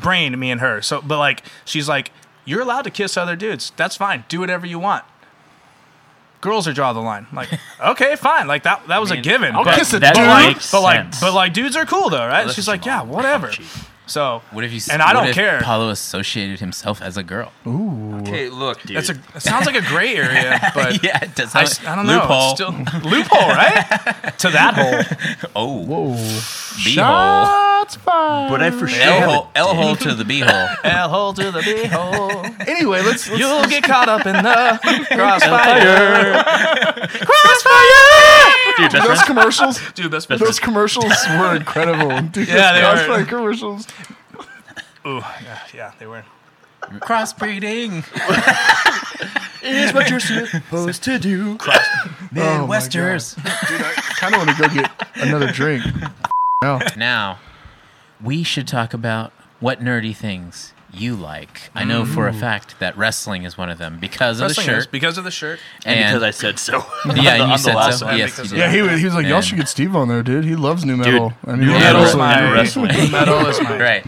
brain, me and her. So, but like, she's like, you're allowed to kiss other dudes. That's fine. Do whatever you want. Girls are draw the line. I'm like, okay, fine. Like that. That was a given. I'll but, kiss a that dude. makes but like, sense. but like, dudes are cool though, right? Unless she's it's like, your yeah, mom. whatever. Cheap. So What if you? And I what don't if care. Paulo associated himself as a girl. [laughs] Okay, look, dude. That's a. That sounds like a gray area, but yeah, it does. I, sound s- I don't know. It's loophole. still- [laughs] loophole, right? to that hole. oh, Whoa. beehole, Shots fired. but I for sure L have hole, a L hole to the [laughs] beehole. L hole to the B hole. Anyway, let's. let's You'll get caught up in [laughs] the crossfire. dude. That's those right. commercials, [laughs] Dude, that's those commercials were [laughs] incredible. Dude, Yeah, they those were. cosplay commercials. Ooh, yeah, yeah, they were. Crossbreeding, Here's what [laughs] you're supposed to do. [laughs] Oh my Midwesters. Kind of want to go get another [laughs] drink. No. Now, we should talk about what nerdy things you like. I know for a fact that wrestling is one of them because of the Wrestling is shirt. because of the shirt. And, because I said [laughs] so. yeah, and you I'm the said last so. one. Yes, you because did. of- Yeah, he was, he was like, y'all And- should get Steve on there, dude. He loves new metal. and he new loves metal wrestling. and wrestling. New [laughs] metal is my- right.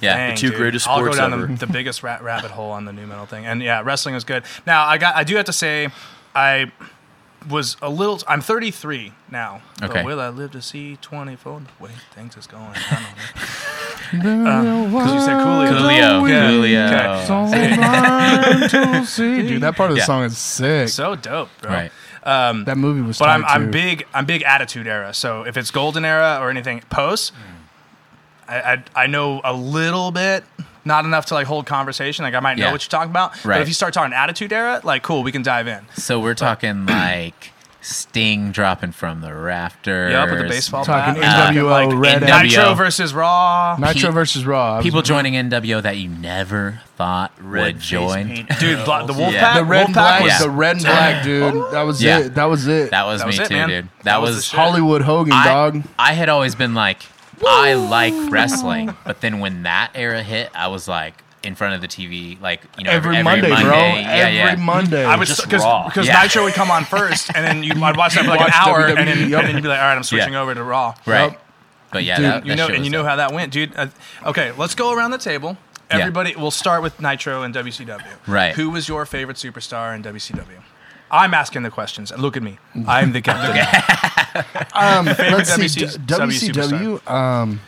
Yeah. Dang, two dude. greatest I'll sports go down ever. The, the biggest rat, rabbit hole on the new metal thing, and yeah, wrestling is good. Now, I got, I do have to say, I was a little. I'm 33 now. Okay. But will I live to see 24? The way things is going, I don't know. Because you said Coolio. Julio. Yeah. Julio. Okay. It's all mine to [laughs] see. Dude, that part of the Yeah. song is sick. So dope, bro. Right. that movie was. But I'm, tight, I'm too. big I'm big attitude era. So if it's golden era or anything post, I, I I know a little bit, not enough to like hold conversation. Like I might know Yeah. what you're talking about. But Right. if you start talking attitude era, like cool, we can dive in. So we're talking like Sting dropping from the rafters. Yup, with the baseball Talking bat. Uh, NWO, like Red NWO. Nitro versus Raw. Nitro Pe- versus Raw. I was- People joining NWO that you never thought Red would face join. paint Dude, bla- arrows. the Wolfpack. Yeah. the red and Wolfpack black, was Yeah. the red and [laughs] black, dude. That was Yeah. it. That was it. That was That me was it, too, man. dude. That, That was was, the shit. Hollywood Hogan, I, dog. I had always been like, I like wrestling, but then when that era hit, I was like in front of the TV, like you know, Every, every, Monday, bro. Yeah, every yeah. Monday. I would Just because Raw. because Yeah. Nitro would come on first, and then you I'd watch that for like Watch an hour, and then, WWE, yup. and then you'd be like, all right, I'm switching Yeah. over to Raw. right. Yup. But yeah, Dude, that, You that know, shit and was you know it. how that went, dude. Uh, okay, let's go around the table. Yeah. Everybody, we'll start with Nitro and WCW. Right. Who was your favorite superstar in WCW? I'm asking the questions. Look at me. I'm [laughs] the captain. um, let's see, WC WCW. Um,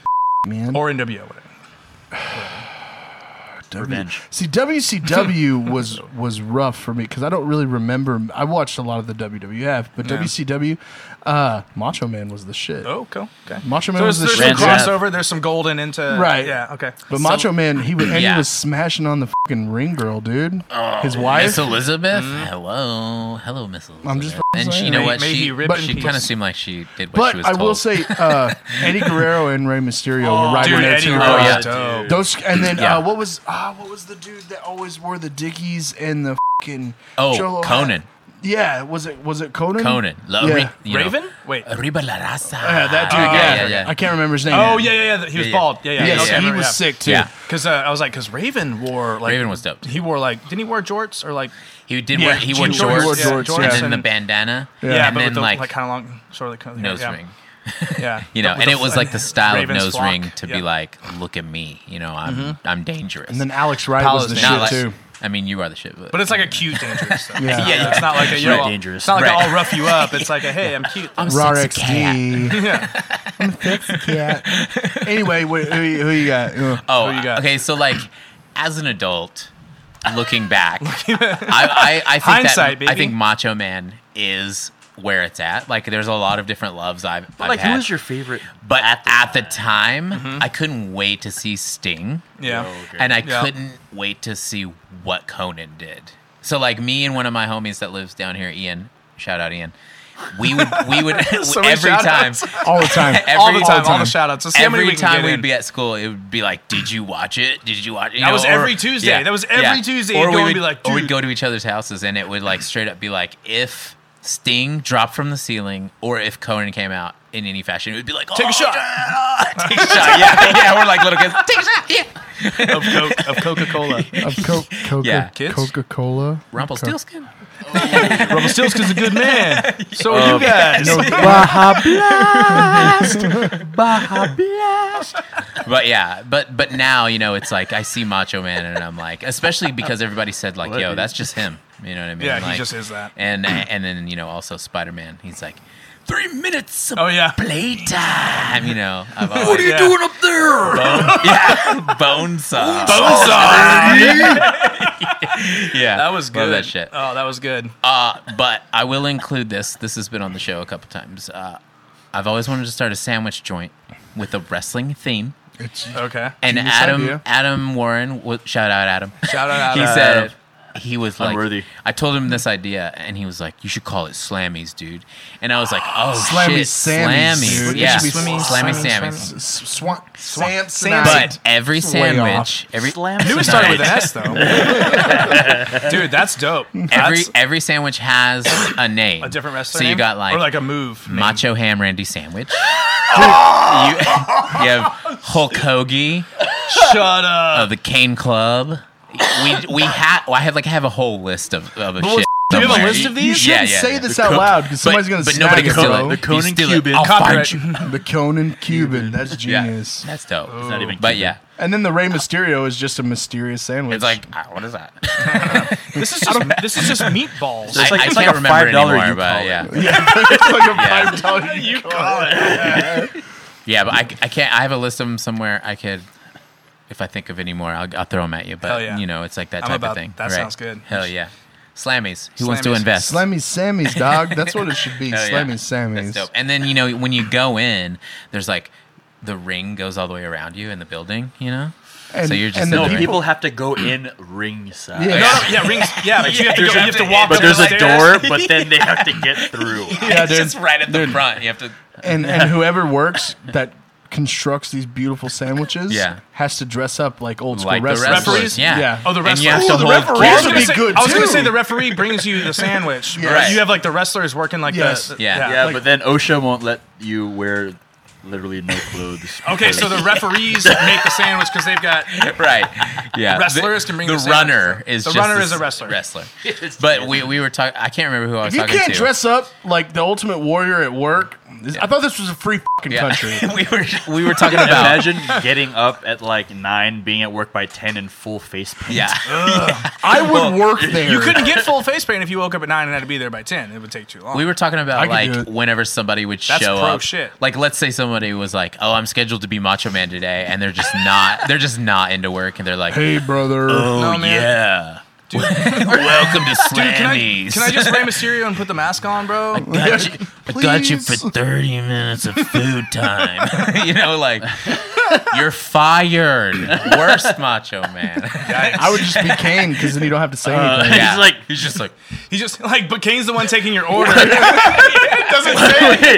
man, Or NWO, whatever. Revenge. See, WCW [laughs] was was rough for me because I don't really remember. I watched a lot of the WWF, but WCW, uh, Macho Man was the shit. Oh, cool. Okay. Macho Man So was there's, the there's shit. some Randy Raff. crossover. There's some golden into. Right. Yeah, okay. But Macho Man, he was, and Yeah. Oh, he was smashing on the fucking ring girl, dude. His wife. Mm-hmm. Miss Elizabeth, hello, hello, Miss Elizabeth. I'm just and saying. you know May- what? may he She, rip but in she peace. kind of seemed like she did what But she was I told. will say, uh, Eddie Guerrero and Rey Mysterio were right Oh, Dude, in there Eddie too. Guerrero Oh, yeah. was dope. Those and then Yeah. uh, what was uh, what was the dude that always wore the dickies and the fucking oh, Jolo hat? Conan, Yeah, was it was it Conan? Conan, La, Yeah. yeah. you know, Uh, Raven? Wait. Arriba la raza. Yeah, that dude. Oh, yeah, yeah, yeah. I can't remember his name. Oh, yeah, yeah, yeah. th- He was Yeah, yeah. bald. Yeah, yeah. Yeah, Yes, yeah, okay, he remember, was yeah. sick too. Yeah. Because uh, I was like, because Raven wore like Raven was dope. He wore like didn't he wear jorts or like He did Yeah, wear he wore jeans. jorts, He wore jorts, and yeah. then the and- bandana, yeah, and but then with the, like, like, kind of long sort of like kind of nose yeah. ring. Yeah, [laughs] You know, With and the it was fl- like the style Raven's of nose flock. ring to Yeah. be like, look at me, you know, I'm I'm dangerous. And then Alex Wright Paolo's was the shit name. Not like, too. I mean, you are the shit, but, [laughs] But it's like a cute dangerous. Stuff. Yeah. Yeah, it's not like a you Right. know, Dangerous. It's not like a Right. I'll rough you up. It's like a hey, I'm cute. I'm Rar [laughs] sexy cat. XD. yeah, yeah. Anyway, wait, who, you- who you [laughs] got? Uh, Oh, Who you got? okay. So like, as an adult, looking back, I, I, I think Hindsight, that baby. I think Macho Man is where it's at. Like, there's a lot of different loves I've, But I've like, had. who was your favorite? but at the, time, I couldn't wait to see Sting, [laughs] yeah. and I Yeah. couldn't wait to see what Conan did. So like, me and one of my homies that lives down here, Ian. Shout out, Ian. We would we would [laughs] [laughs] So many every time. shout-outs. all the [laughs] time. Every all the time, all the time. shout outs. Let's see how many Every we can time get we'd in. be at school, it would be like, "Did you watch it? Did you watch it?" You That was or- every Tuesday. That was every Tuesday. You'd we go and would- be like, or "Dude." we'd go to each other's houses, and it would like straight up be like, if Sting dropped from the ceiling, or if Conan came out in any fashion, it would be like, Take "Oh, a shot take a shot!" [laughs] Yeah, yeah. We're like little kids. Take a shot. Yeah. of Coke of [laughs] Coca Cola. Of co- Coca, Yeah. Kids? Coca-Cola. Rumpelstiltskin. Rebel Steel's is a [laughs] good man. So are you guys. Baja Blast. Baja Blast. But yeah, but but now you know it's like I see Macho Man, and I'm like, especially because everybody said like, "Yo, that's just him." You know what I mean? Yeah, he Like, just is that. And and then you know also Spider Man. He's like three minutes of Oh yeah. playtime. You know, I've [laughs] always Yeah. Doing yeah, bone saw. yeah, That was good. Love that shit. Oh, that was good. Uh, but I will include this. This has been on the show a couple times. Uh, I've always wanted to start a sandwich joint with a wrestling theme. It's Okay. And Genius Adam idea. Adam Warren, wa- shout out Adam. [laughs] Shout out. out he out. said he was like Unworthy. I told him this idea and he was like you should call it slammies dude and I was like oh Slammy shit Sammys, slammies dude. It yeah should be slammy S- sammies Swan, Sam, but every It's way sandwich every Slam [laughs] I knew it started with an S though. Dude, that's dope. every That's every sandwich has a name a different wrestler. so you name? got like, or like a move. name. macho ham randy [laughs] sandwich you, you have Hulk Hogan Shut up. of the Kane Club. We we had I have like I have a whole list of of Well, shit. do you have a somewhere. list of these? You Yeah, shouldn't yeah, say yeah. this out loud, 'cause But- somebody's gonna But snag nobody can it, steal bro. it. The You Conan steal it, Cuban. I'll Copyright. find you. The Conan Cuban. That's Yeah, genius. that's dope. not even But Cuban. yeah, And then the Rey Mysterio is just a mysterious sandwich. it's like ah, what is that? [laughs] This is [laughs] just this is just meatballs. I, like- I it's can't like a remember anymore. $5 you call But it. yeah, yeah, it's like a Yeah. five dollar. You call it. yeah. But I I can't. I have a list of them somewhere. I could. If I think of any more, I'll, I'll throw them at you. But Hell yeah. you know, it's like that I'm type about- of thing. that right? sounds good. Hell yeah. Slammies. Who wants to Slammies. invest? Slammy Sammys, dog. That's what it should [laughs] be. Hell Oh, yeah. Slammy That's Sammys. dope. And then you know when you go in, there's like the ring goes all the way around you in the building. You know, And, So you're just and in the the people, ring. People have to go in ringside. Yeah. No, no, yeah, rings. Yeah, but you have to, There's go, a- you have to walk. But up there's the a stairs. door, [laughs] but then they have to get through. yeah, [laughs] it's dude. just right at the front. You have to. and and whoever works that constructs these beautiful sandwiches Yeah. has to dress up like old school Like the wrestlers. wrestlers, Referees? yeah. Yeah. Oh, the And you wrestlers. have Ooh, to the hold referee. clothes. I was gonna That'd be say- good, I was going too. to say the referee brings you the sandwich. but Right. You have like the wrestlers working like Yes. the, the- Yeah. Yeah, but then OSHA won't let you wear literally no clothes. [laughs] Okay, so the referees make the sandwich because they've got [laughs] right. Yeah. Wrestlers the, can bring the the sandwich. runner is The just runner the is a [laughs] wrestler. Wrestler. But we, we were talking. I can't remember who I was If you talking can't to. dress up like the Ultimate Warrior at work, this- I thought this was a free fucking Yeah. [laughs] country. we were we were talking about Imagine getting up at like nine, being at work by ten in full face paint. yeah. I would work there. You couldn't get full face paint if you woke up at nine and had to be there by ten. It would take too long. We were talking I about could do like it. whenever somebody would That's show pro up. shit. Like let's say somebody was like, "Oh, I'm scheduled to be Macho Man today," and they're just not. they're just not into work, and they're like, hey, brother. Oh, no, Oh, man. "Yeah, [laughs] welcome to Can I, Slammies." can I [laughs] just Rey Mysterio and put the mask on, bro? Got you, I got you for Please. 30 minutes of food time. [laughs] you know, like, you're fired. Worst macho man. [laughs] I would just be Kane because then you don't have to say anything. Yeah. He's like, He's just like, He just [laughs] like, but Kane's the one taking your order. [laughs] It doesn't say.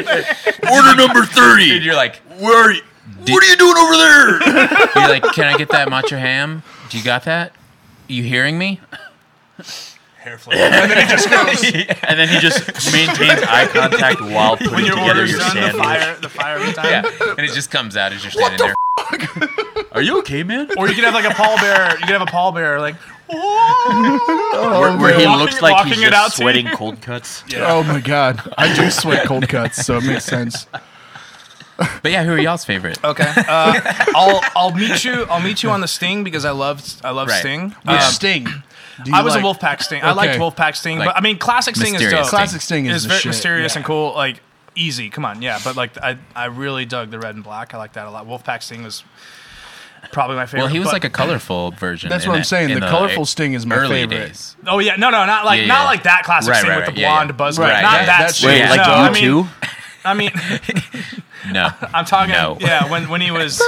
it. order number 30. And you're like, where are you? what are you doing over there? You're like, can I get that macho ham? Do you got that? You hearing me? [laughs] and then he just maintains eye contact while putting When your together order's your done, the sandwich. fire, the fire of the time. Yeah. [laughs] And it just comes out as you're standing there. Are you okay, man? Or you could have like a pallbearer. You could have a pallbearer like, Where, where he Walking- looks like he's walking it out just to sweating cold [laughs] cuts. Oh my god, I do sweat cold cuts, so it makes sense. But yeah, who are y'all's favorite? okay, uh, I'll I'll meet you. I'll meet you on the Sting because I love I love Right. Sting. Which Um, Sting? Do you I was like? a Wolfpack Sting. I liked Okay. Wolfpack Sting, Like, but I mean, classic Sting is mysterious dope. Sting. Classic Sting is it's the very shit. mysterious Yeah. and cool. Like easy. Come on, yeah. But like I, I really dug the red and black. I like that a lot. Wolfpack Sting was probably my favorite. Well, he was but- like a colorful version. That's in what I'm that- saying. in The colorful Sting is my early favorite. Days. oh yeah, no, no, not like Yeah, yeah. not like that classic Right, Sting right, with right, the yeah, blonde yeah. buzz Right, cut. yeah, Not that that's- Sting. Wait, no, like I you mean, too? I mean, [laughs] No. I'm talking. No. Yeah, when when [laughs] he was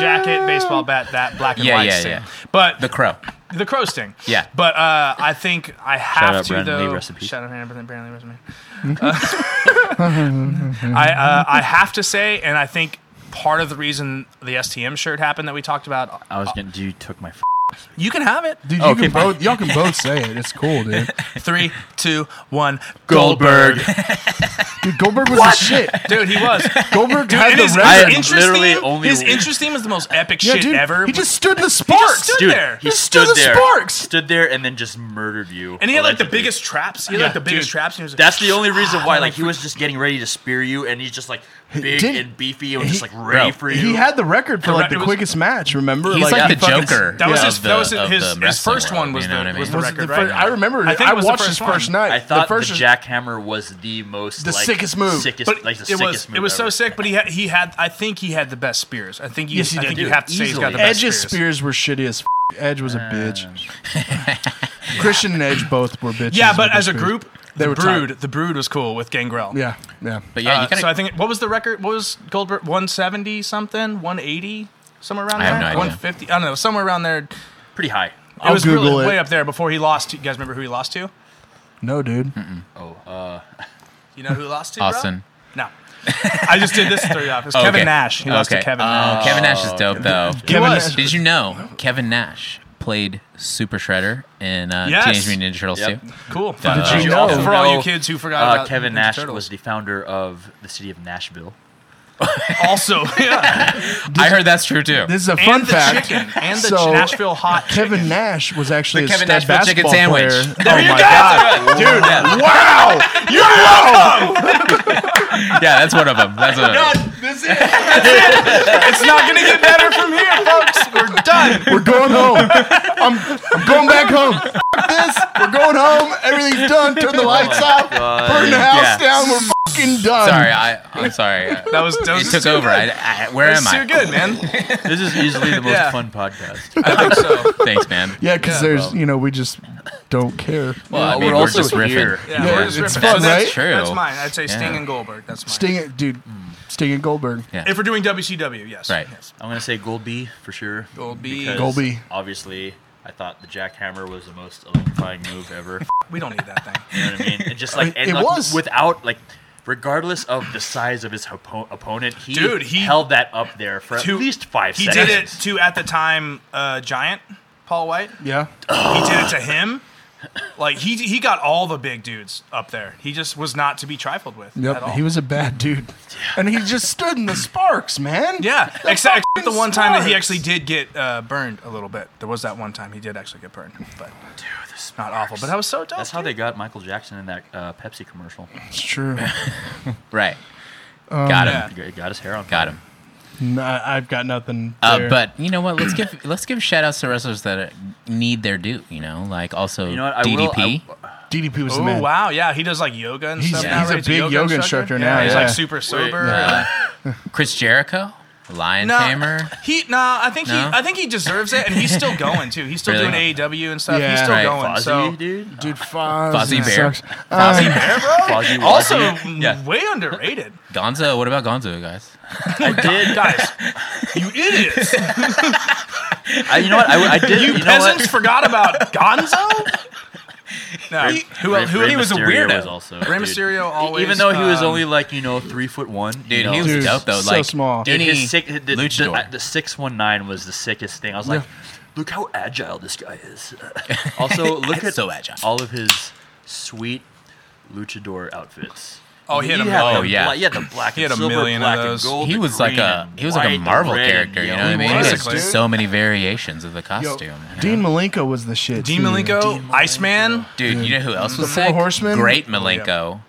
jacket, baseball bat, that black and Yeah, white yeah, Sting. yeah. But The Crow. The crow sting. Yeah. But uh, I think I have out to Brandon Lee, though. rest in peace. Shout out Brandon Brandon Lee, rest in peace. Uh, [laughs] I uh, I have to say, and I think part of the reason the STM shirt happened that we talked about. I was getting. You took my. F- You can have it. Dude, you Okay, can fine. both y'all can both say it. It's cool, dude. Three, two, one. Goldberg. Dude, Goldberg was the shit. Dude, he [laughs] was. Goldberg Dude, had and the his, record. I- interest literally theme, only- his interest theme was the most epic yeah, shit dude, ever. he just stood in the He sparks. just stood Dude, there. He Just stood the there. sparks. Stood there and then just murdered you. And he had like the allegedly. biggest traps. He had like the biggest traps. And he was like, That's the only reason why. [laughs] Like he was just getting ready to spear you, and he's just like big did- and beefy and was just he- like ready bro, for you. He had the record for The like re- the it was- quickest match. Remember, He's like he the fucking- Joker. That was of his- the- that was his- of the his- his wrestling first world, one was you know the- what I mean? was the Was it record, the fir- right? I remember. I I, think it was the watched first his first one. night. I thought the the, first jackhammer was the most The like, sickest move. sickest, But like the it sickest was move. it was so ever. sick. But he had he had I think he had the best spears. I think you, Yes, he I did, think dude. you have to say he's got the Easily. best Edge's spears. spears were shitty as. F- Edge was a Uh. bitch. [laughs] Christian and Edge both were bitches. Yeah, but with as a their spears. group, They the were brood tight. the brood was cool with Gangrel. Yeah, yeah. But yeah, Uh, you kind of. so I think what was the record? What was Goldberg? One seventy something, one eighty, somewhere around I there. have no idea. One fifty. I don't know, somewhere around there. It Pretty high. I'll was Google really it. way up there before he lost. To, you guys remember who he lost to? No, dude. Oh, uh, You know who he lost to? bro? Austin. No, I just did this three off. It was Oh, Kevin okay. Nash. He lost to Okay. Kevin Oh, Nash. Kevin Nash is dope, though. Kevin was. Nash- Did you know Kevin Nash played Super Shredder in uh, Yes. Teenage Mutant Ninja Turtles Yep. 2? Cool. Did you Uh, know- For all know, you kids who forgot uh, about Kevin Ninja Nash Turtles. was the founder of the city of [laughs] Nashville. also [laughs] yeah. I heard that's true too. This is a and fun the fact. chicken and the So- Nashville hot Kevin Nash was actually The a Kevin stud Nashville chicken basketball sandwich. player. [laughs] There oh you my go. god, dude! Wow, you're welcome. [laughs] yeah, that's one of them. [laughs] That's one of them. It's not going to get better from here, folks. We're done. [laughs] We're going home. I'm, I'm going back home. F- this. We're going home. Everything's done. Turn the lights out. Uh, Burn the Oh Yeah. house down. We're fucking done. Sorry, I, [laughs] I'm sorry. That was that was It too took over. I, I, where That am was too I? good, man. [laughs] [laughs] This is easily the most Yeah. fun [laughs] podcast. I think [laughs] so. Thanks, man. [laughs] Yeah, because there's, you know, we just don't care. Well, I Well, mean, we're we're, also just riffing. here. Yeah, we're just it's riffing. fun, So that's, right? True. That's mine. I'd say Sting Yeah. and Goldberg. That's mine. Sting it, dude. Sting and Goldberg. Yeah. If we're doing WCW, yes. Right. Yes. I'm gonna say Gold B for sure. Gold B. because Gold B. Obviously, I thought the jackhammer was the most electrifying move ever. We don't need that thing. [laughs] You know what I mean? It just like and it like, was. without like. Regardless of the size of his oppo- opponent, he, Dude, he- held that up there for To- at least five He seconds. did it to at the time uh, Giant Paul White. Yeah. He did it to him. Like he he got all the big dudes up there. He just was not to be trifled with. At Yep. all. He was a bad dude. And he just stood in the sparks, man. Yeah, except the fucking one time that he smarts. actually did get uh, burned a little bit. There was that one time he did actually get burned, but dude, this not awful. But that was so dope. That's how dude. they got Michael Jackson in that uh, Pepsi commercial. It's [laughs] true. Right. Oh, got him. yeah. He got his hair on. Got him. No, I- I've got nothing. Uh, there. but you know what? Let's give [clears throat] let's give shout outs to wrestlers that uh, need their due. You know, like also You know what? I will- DDP. DDP was the Oh man. wow, yeah, he does like yoga and He's- stuff. yeah, now, he's a right? big yoga instructor now, He's yeah. like super sober. Chris Jericho, Lion No, Tamer. he no. I think No? he I think he deserves it, and he's still going too. He's still Really? doing AEW and stuff. Yeah. he's still Right. going. Fozzy, so [laughs] dude. Dude, Foz. Fozzie yeah. Bear. Sucks. Um, Fozzy Wozzy. also Yeah. way underrated. Gonzo. What about Gonzo, guys? I did. Guys, [laughs] you idiots! I, you know [laughs] what? I, I did. You, know Peasants what? forgot about Gonzo. No, who else? Who Rey he was a Mysterio weirdo. was also, Rey dude. E-, Mysterio always, Even though he was um, only like you know three foot one, you Dude, know, he was Dude, dope though. so like small. Dude, Any his sick, the, the, luchador. the, six one nine was the sickest thing. I was like, look how agile this guy is. also, look at So agile. all of his sweet luchador outfits. Oh, he had a had million. the yeah. bla- he had the black He and had a silver, million of black those. and gold. he the was like green a and he was like a white, the Marvel red and character. You know yellow. what I mean? He has Basically. just so many variations of the Yo, costume. you know? Dean Malenko was the shit. Dean too. Malenko, Iceman. Dude, you know who else was Four sick? Horsemen? Oh, Great Malenko.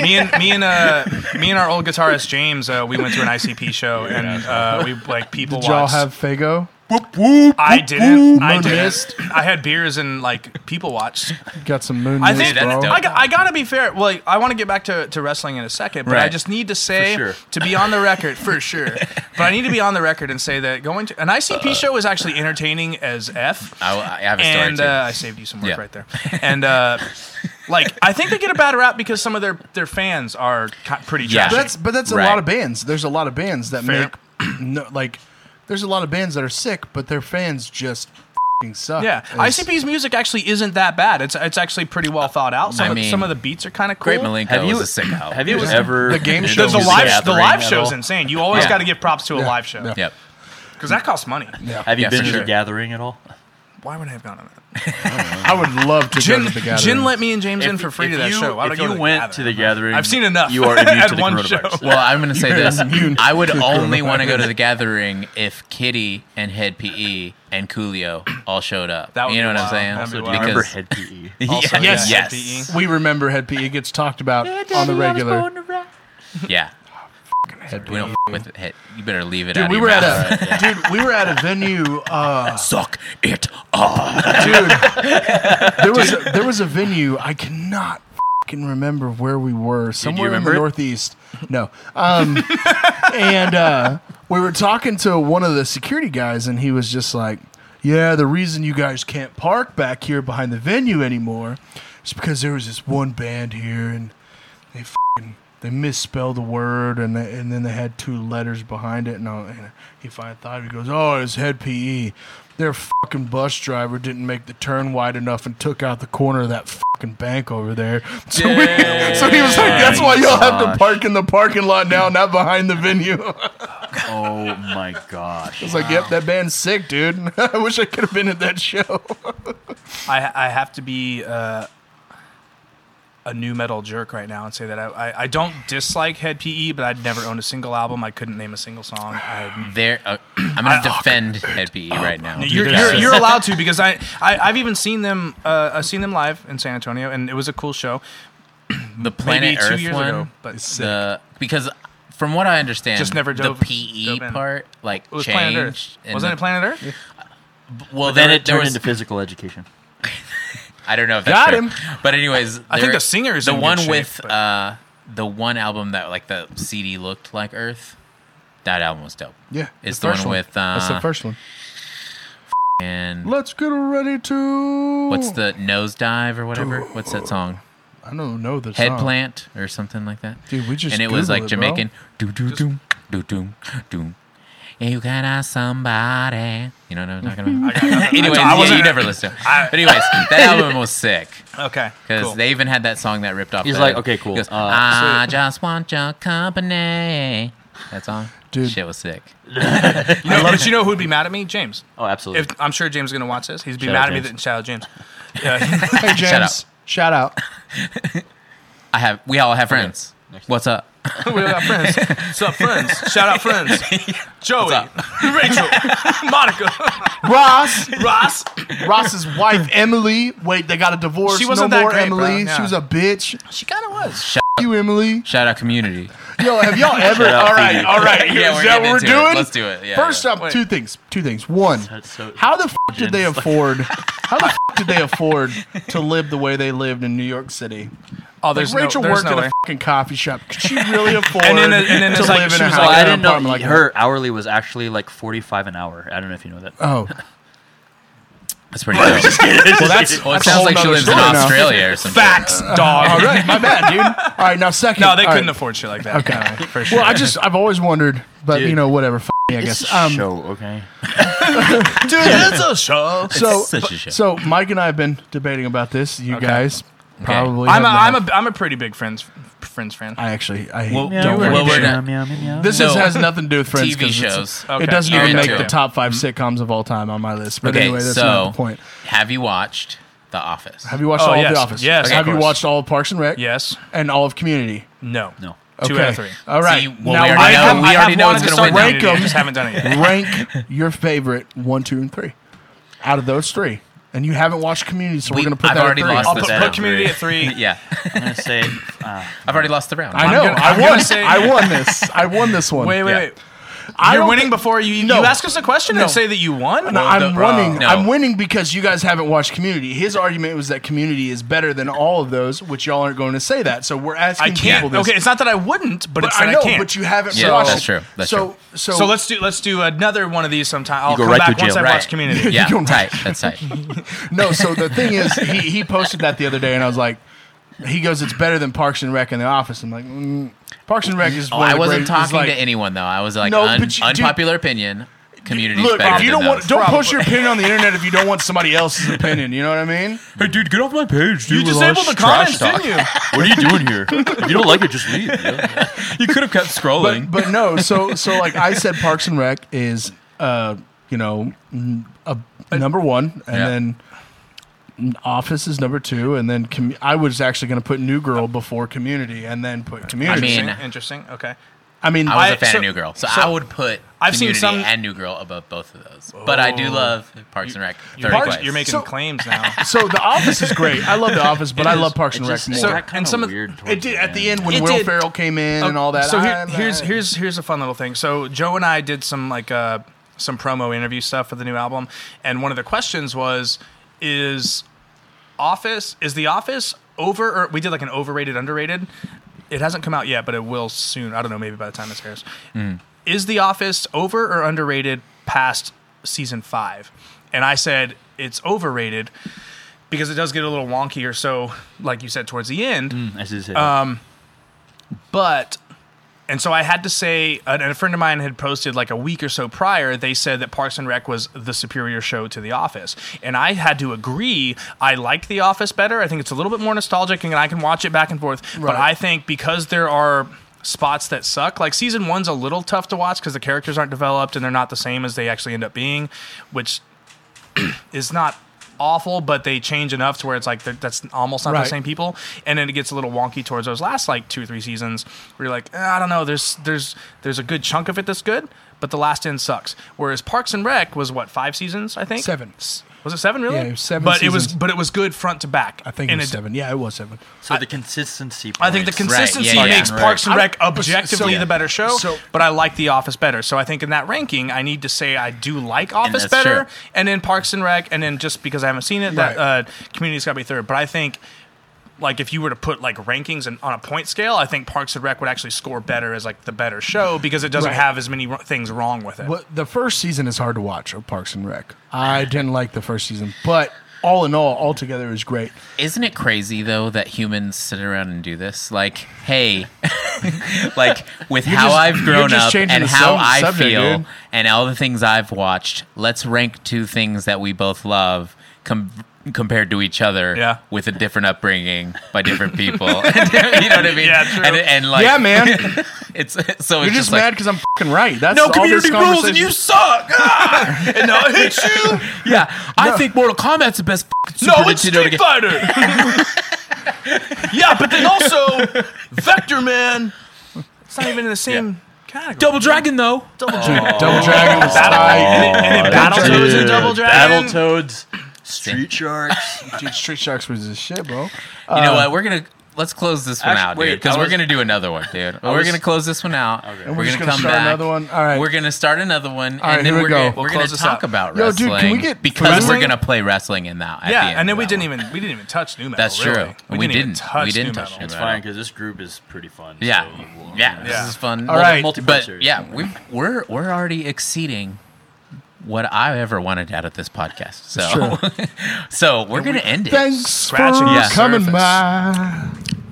me and me and uh me and our old guitarist James, uh, we went to an ICP show and uh, we like people Did y'all watched. have Fago? I didn't. I Moon didn't. mist. I had beers and like people watched. Got some moon. I mist, think that's bro. dope. I, got- I gotta be fair. Well, like, I want to get back to, to wrestling in a second, but I Right. just need to say sure. to be on the record [laughs] for sure. But I need to be on the record and say that going to an ICP show is actually entertaining as f. Uh, I, I have a story and too. uh, I saved you some work Yeah. right there. And uh, like, I think they get a bad rap because some of their their fans are ki- pretty Yeah. trashy. But That's but that's a Right. lot of bands. There's a lot of bands that Fair. make [clears throat] no, like. There's a lot of bands that are sick, but their fans just fing suck. Yeah, It's- ICP's music actually isn't that bad. It's it's actually pretty well thought out. Some, I of- mean, some of the beats are kind of cool. Great Malenko Have you- was a sick help. Have [laughs] you ever The game been show shows. The, the to a live the gathering live at show's all? insane. You always Yeah. got to give props to a live show because Yep. that costs money. Have you Yeah, been for to sure. the gathering at all? Why would I have gone on that? I would love to Jin, go to the gathering. Jin let me and James in for free if to that you, show. Why would I if go you the went gathering? to the gathering, I've seen enough. You are [laughs] immune At to the one coronavirus. show. Well, I'm [laughs] going to say this. immune I would only want to go to the gathering if Kitty and Head PE and Coolio all showed up. That would you know be what wild. I'm That'd be saying? wild. I remember Because head E? PE. Also, yes, yeah, yes. HPE. We remember Head P. It gets talked about on the regular. [laughs] yeah. We E. don't f- with it. Head. You better leave it out. Dude, of we your were at mouth. a [laughs] dude. We were at a venue. Uh, [laughs] suck it up. dude. There was a, there was a venue I cannot fucking remember where we were. Somewhere in remember the it? northeast. No. Um, and uh, we were talking to one of the security guys, and he was just like, "Yeah, the reason you guys can't park back here behind the venue anymore is because there was this one band here, and they fucking they misspelled the word, and they, and then they had two letters behind it, and, I, and he finally thought he goes, "Oh, it's head PE." Their fucking bus driver didn't make the turn wide enough and took out the corner of that fucking bank over there. [laughs] So, we, so he was like, "That's why you'll have to Gosh. park in the parking lot now, not behind the venue." [laughs] Oh my gosh. It's like, yep, that band's sick, dude. [laughs] I wish I could have been at that show. I I have to be uh, a new metal jerk right now and say that I, I, I don't dislike Head PE, but I'd never owned a single album. I couldn't name a single song. I, There, uh, [clears throat] I'm going to defend Head PE right now. you're, because- you're, you're allowed to because I, I I've even seen them uh, I've seen them live in San Antonio and it was a cool show. the planet maybe two Earth years one, uh, ago, but it's sick. the because from what I understand, Just never the dove- PE dove in. part like It was Planet changed. Earth. and Wasn't the- it Planet Earth? [laughs] Well, Then there- it there turned was- into physical education. I don't know if that's Got true. him. But anyways, I think the singer is the in good one shape, with but- uh, the one album that like the CD looked like Earth. That album was dope. Yeah, It's the, one, with uh, That's the first one. and Let's get ready to. what's the nosedive or whatever? What's that song? I don't know the song. Headplant or something like that. Dude, we just and it was Googled like it, bro. Jamaican. Do do do do do do. You got a somebody. You know what I'm talking about? anyways, I yeah, wasn't- you never listen. to it. I- [laughs] But anyways, that album was sick [laughs] Okay. because cool. they even had that song that ripped off. He's that. like, okay, cool. He goes, Uh, I just want your company. That song, Dude. shit was sick. [laughs] You know, but you know who'd be mad at me? James. Oh, absolutely. If, I'm sure James is going to watch this. He'd be Shout mad out at me James. that shout out James. Yeah. [laughs] Hey, James. Shout out. Shout out. I have. We all have friends. Next. What's up? we got friends. What's up, friends? Shout out friends. [laughs] Joey, [laughs] Rachel, Monica, [laughs] Ross. Ross. Ross's wife, Emily. Wait, they got a divorce. She wasn't no that more great, Emily. bro. Yeah. She was a bitch. She kind of was. F- you, Emily. Shout out [laughs] community. Yo, have [laughs] y'all ever? out, all right, Phoebe. all right. Yeah, is that we're what getting we're into it. doing? Let's do it. Yeah, First yeah. up, two things. Two things. One, That's so- how the f- did they afford? [laughs] How the f- did they afford to live the way they lived in New York City? Oh, there's like Rachel no, there's worked no at way. a fucking coffee shop. Could [laughs] she really afford And then- and then to live it's like in she a was house? like, Well, I I got an didn't know apartment like her hourly was actually like forty-five an hour. I don't know if you know that. Oh, That's [laughs] pretty cool. well, that's Well, it a whole sounds like she nother lives in story. now. Australia or something. facts, dog. all right. My bad, dude. All right, now second. [laughs] No, they all right. couldn't afford shit like that. Okay. No, for sure. Well, I just I've always wondered, but you Dude. know whatever. F- me, I guess. Um, show, okay. dude, it's a show. so such a show. so Mike and I have been debating about this. You guys probably. I'm a, have I'm not. a I'm a pretty big friends friends fan. I actually I hate Well, don't well, like we're it. not- This No. is, has nothing to do with Friends. TV 'cause it's- shows. It Okay. Mm-hmm. doesn't You're even into make the it. top five sitcoms of all time on my list. But Okay, anyway, that's so not the point. have you watched The Office? Have you watched Oh, all of yes. The Office? Yes, Have of you course. watched all of Parks and Rec? yes. And all of Community? No. No. Two out of three. All right. See, well, now we I already know. have- we I have already know wanted it's to going to win. start now. rank doing it, I 'em. Just haven't done [laughs] it yet. rank your favorite one, two, and three out of those three. And you haven't watched Community, so we, are We- going to put I've that at already three. lost I'll the put, bet. put community at three. [laughs] [laughs] Yeah, I'm gonna say. Uh, I've already lost the round. I know. gonna- I I'm won. gonna say- I won this. I won this one. Wait, wait, Yeah. wait. I You're don't winning thi- before you. No. You ask us Oh, a question No. and say that you won. No, I'm uh, bro. winning. No. I'm winning because you guys haven't watched Community. His argument was that Community is better than all of those, which y'all aren't going to say that. So we're asking I can't. people this. Okay, it's not that I wouldn't, but, but it's that I I, know, can't. but you haven't Yeah, watched. that's it. true. That's so, true. So, so let's do let's do another one of these sometime. I'll go come right back to once jail. I Right. [laughs] watch [laughs] Community. Yeah, You don't- tight. [laughs] That's tight. no. So the thing is, he, he posted that the other day, and I was like, he goes, "It's better than Parks and Rec in the Office." I'm like, mm, Parks and Rec is. Oh, one of I the wasn't great- is talking like- to anyone though. I was like, No, un- but you- dude- unpopular opinion. Community Look, better if you than don't want, those. don't post your opinion on the internet if you don't want somebody [laughs] else's opinion. You know what I mean? [laughs] Hey, dude, get off my page, You disabled the comments, didn't you? [laughs] what are you doing [laughs] here? If you don't like it, just leave. You could have kept scrolling. But, but no, so [laughs] so like I said, Parks and Rec is uh you know n- a, number one, and Yeah. then Office is number two, and then commu I was actually going to put New Girl before Community, and then put Community. mean- Interesting, Interesting. Okay. I mean, I was a I- fan so- of New Girl, so, so I would put I've seen Community some- and New Girl above both of those. But I Oh. do love Parks and Rec. You're, Third making- place. you're making So- claims now. so the Office is great. I love the Office, but I love Parks and Rec more. Oh, So- got kinda and some of- weird towards it did at the end when It Will did. Ferrell came in and all that. Oh, So here- I- here's here's here's a fun little thing. So Joe and I did some like uh, some promo interview stuff for the new album, and one of the questions was, is Office is the Office over? Or we did like an overrated, underrated. It hasn't come out yet, but it will soon. I don't know, maybe by the time this airs. Is the Office over or underrated past season five? And I said it's overrated because it does get a little wonky or so, like you said towards the end I see this. but and so I had to say, and a friend of mine had posted like a week or so prior. They said that Parks and Rec was the superior show to The Office, and I had to agree. I liked The Office better. I think it's a little bit more nostalgic, and I can watch it back and forth. But Right. I think because there are spots that suck, like season one's a little tough to watch because the characters aren't developed and they're not the same as they actually end up being, which [clears throat] is not awful, but they change enough to where it's like that- that's almost not Right. the same people. And then it gets a little wonky towards those last like two or three seasons where you're like, "Eh, I don't know, there's there's there's a good chunk of it that's good, but the last end sucks. Whereas Parks and Rec was what five seasons I think Seven. S- Was it seven really? Yeah, it was seven But it was seasons. but it was good front to back. I think it And was seven. Yeah, it was seven. so the consistency. I think the points. consistency yeah, yeah. makes Right. Parks and I'm- Rec objectively so- the better show, so- but I like The Office better. So I think in that ranking, I need to say I do like Office that's better, true. and then Parks and Rec, and then just because I haven't seen it, that uh, Community's got to be third. But I think, like, if you were to put like rankings and on a point scale, I think Parks and Rec would actually score better as like the better show because it doesn't Right. have as many ro- things wrong with it. Well, the first season is hard to watch of Parks and Rec. I didn't like the first season, but all in all, altogether, it was great. Isn't it crazy though that humans sit around and do this? Like, hey, [laughs] like with how just- I've you're grown just up changing and the how sub- I subject, feel dude. and all the things I've watched, let's rank two things that we both love com- compared to each other Yeah. with a different upbringing by different people. [laughs] you know what I mean? Yeah, true. And, and like, yeah, man. You're [laughs] it's so it's just, just, mad like, because I'm fucking right. That's no all this community rules and you conversation- [laughs] suck. Ah! and now I hate you. [laughs] Yeah, I think Mortal Kombat's the best. fucking Super Nintendo game. Fighter. [laughs] yeah, but then also [laughs] Vector Man. It's not even in the same category. Double Dragon though. Double Dragon was tight. and, it, and it Battletoads and Double Dragon. Battletoads, Street Sharks. Dude, Street Sharks was the shit, bro. You Uh, know what? Oh, We're gonna let's close this one Actu- out, dude, wait, because I we're was- gonna do another one, dude. we're was- gonna close this one out. We're, we're gonna just come gonna start back. another one? All right. We're gonna start another one, right, and then here we we're go. gonna, We'll we're gonna close this talk out. about Yo, dude, wrestling can we get because we're wrestling? gonna play wrestling in that. At the end Yeah, and then of we that didn't one. even we didn't even touch new metal. That's true. really. We didn't, even didn't. touch We didn't new touch metal. It's Right. fine because this group is pretty fun. so you Yeah, will- yeah. Yeah. This is fun. All right. Multiplayer but series. yeah, we we're we're already exceeding. What I ever wanted out of this podcast, so so [laughs] we're gonna end it. Thanks for Scratching the coming surface. by.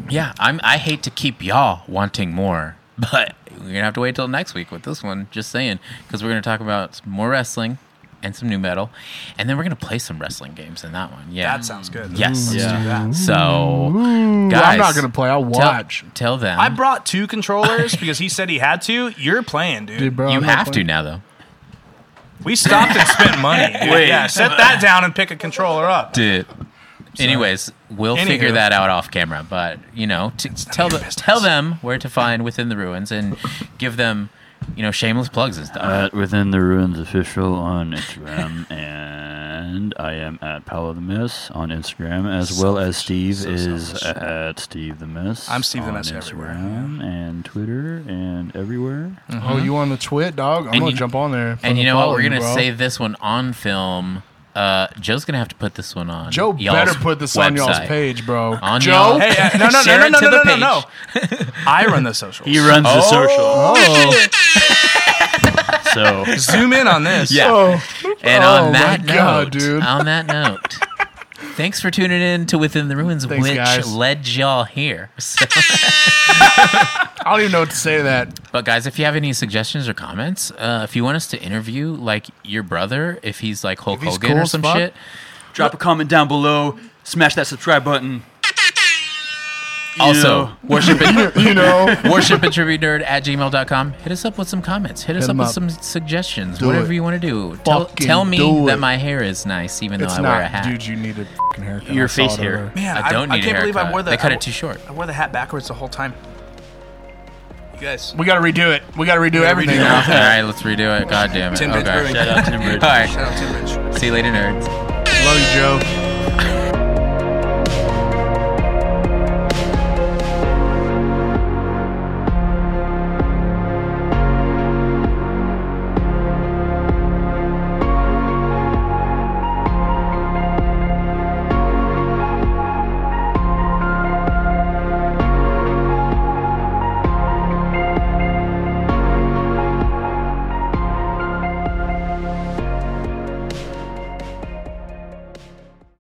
Yeah, I'm. I hate to keep y'all wanting more, [laughs] but we're gonna have to wait till next week with this one. Just saying, because we're gonna talk about some more wrestling and some new metal, and then we're gonna play some wrestling games in that one. Yeah, That sounds good. Mm. yes. Yeah. So, Ooh, guys, I'm not gonna play. I'll tell- watch. Tell, them I brought two controllers because he said he had to. You're playing, dude. Dude, bro, you I'm not have to playing. now, though, We stopped and spent money. Dude. Yeah, set that down and pick a controller up. dude. Anyways, we'll Anywho. figure that out off camera. But you know, t- tell your them business. tell them where to find within the ruins and give them you know shameless plugs and stuff. At Within the Ruins official [laughs] on Instagram, and I am at Paolo the Miss on Instagram, as well as Steve is at Steve the Miss. I'm Steve the on Miss everywhere, Instagram and Twitter and everywhere. Mm-hmm. Oh, you on the twit, dog? I'm And gonna you- jump on there. And you know what? We're gonna say. save this one on film. Uh, Joe's gonna have to put this one on. Joe y'all's better put this on y'all's website. page, bro. On Joe, y'all- Hey, uh, no, no, Share no, no, it no, to no, the no, no, [laughs] I run the socials. He runs the social, oh, [laughs] so Zoom in on [laughs] this. Yeah. oh. And Oh, on my that note, God, dude. on [laughs] that note, thanks for tuning in to Within the Ruins, Thanks, which guys. led y'all here. [laughs] So- I don't even know what to say to [laughs] that. But guys, if you have any suggestions or comments, uh, if you want us to interview like your brother, if he's like Hulk If he's Hogan cool or as some fuck. shit, Drop a comment down below. Smash that subscribe button. also [laughs] worship and You [laughs] know, worship and tribute nerd at gmail.com hit us up with some comments hit us Hit up 'em with up. some suggestions Do whatever it. you want to do tell, Fucking tell me do that it. my hair is nice even though it's i wear a not, hat dude. You need a fucking haircut. Your I saw face it over hair. there. Man, I don't I, need a can't believe I haircut. wore the. They cut I it too [laughs] short. I wore the hat backwards the whole time. You guys. We gotta redo it. We gotta redo everything redo now. all right let's redo it god damn it Tim Ridge, okay. really. shout out Tim Ridge. all right Shout out Tim Ridge. see you later nerds Love you, Joe.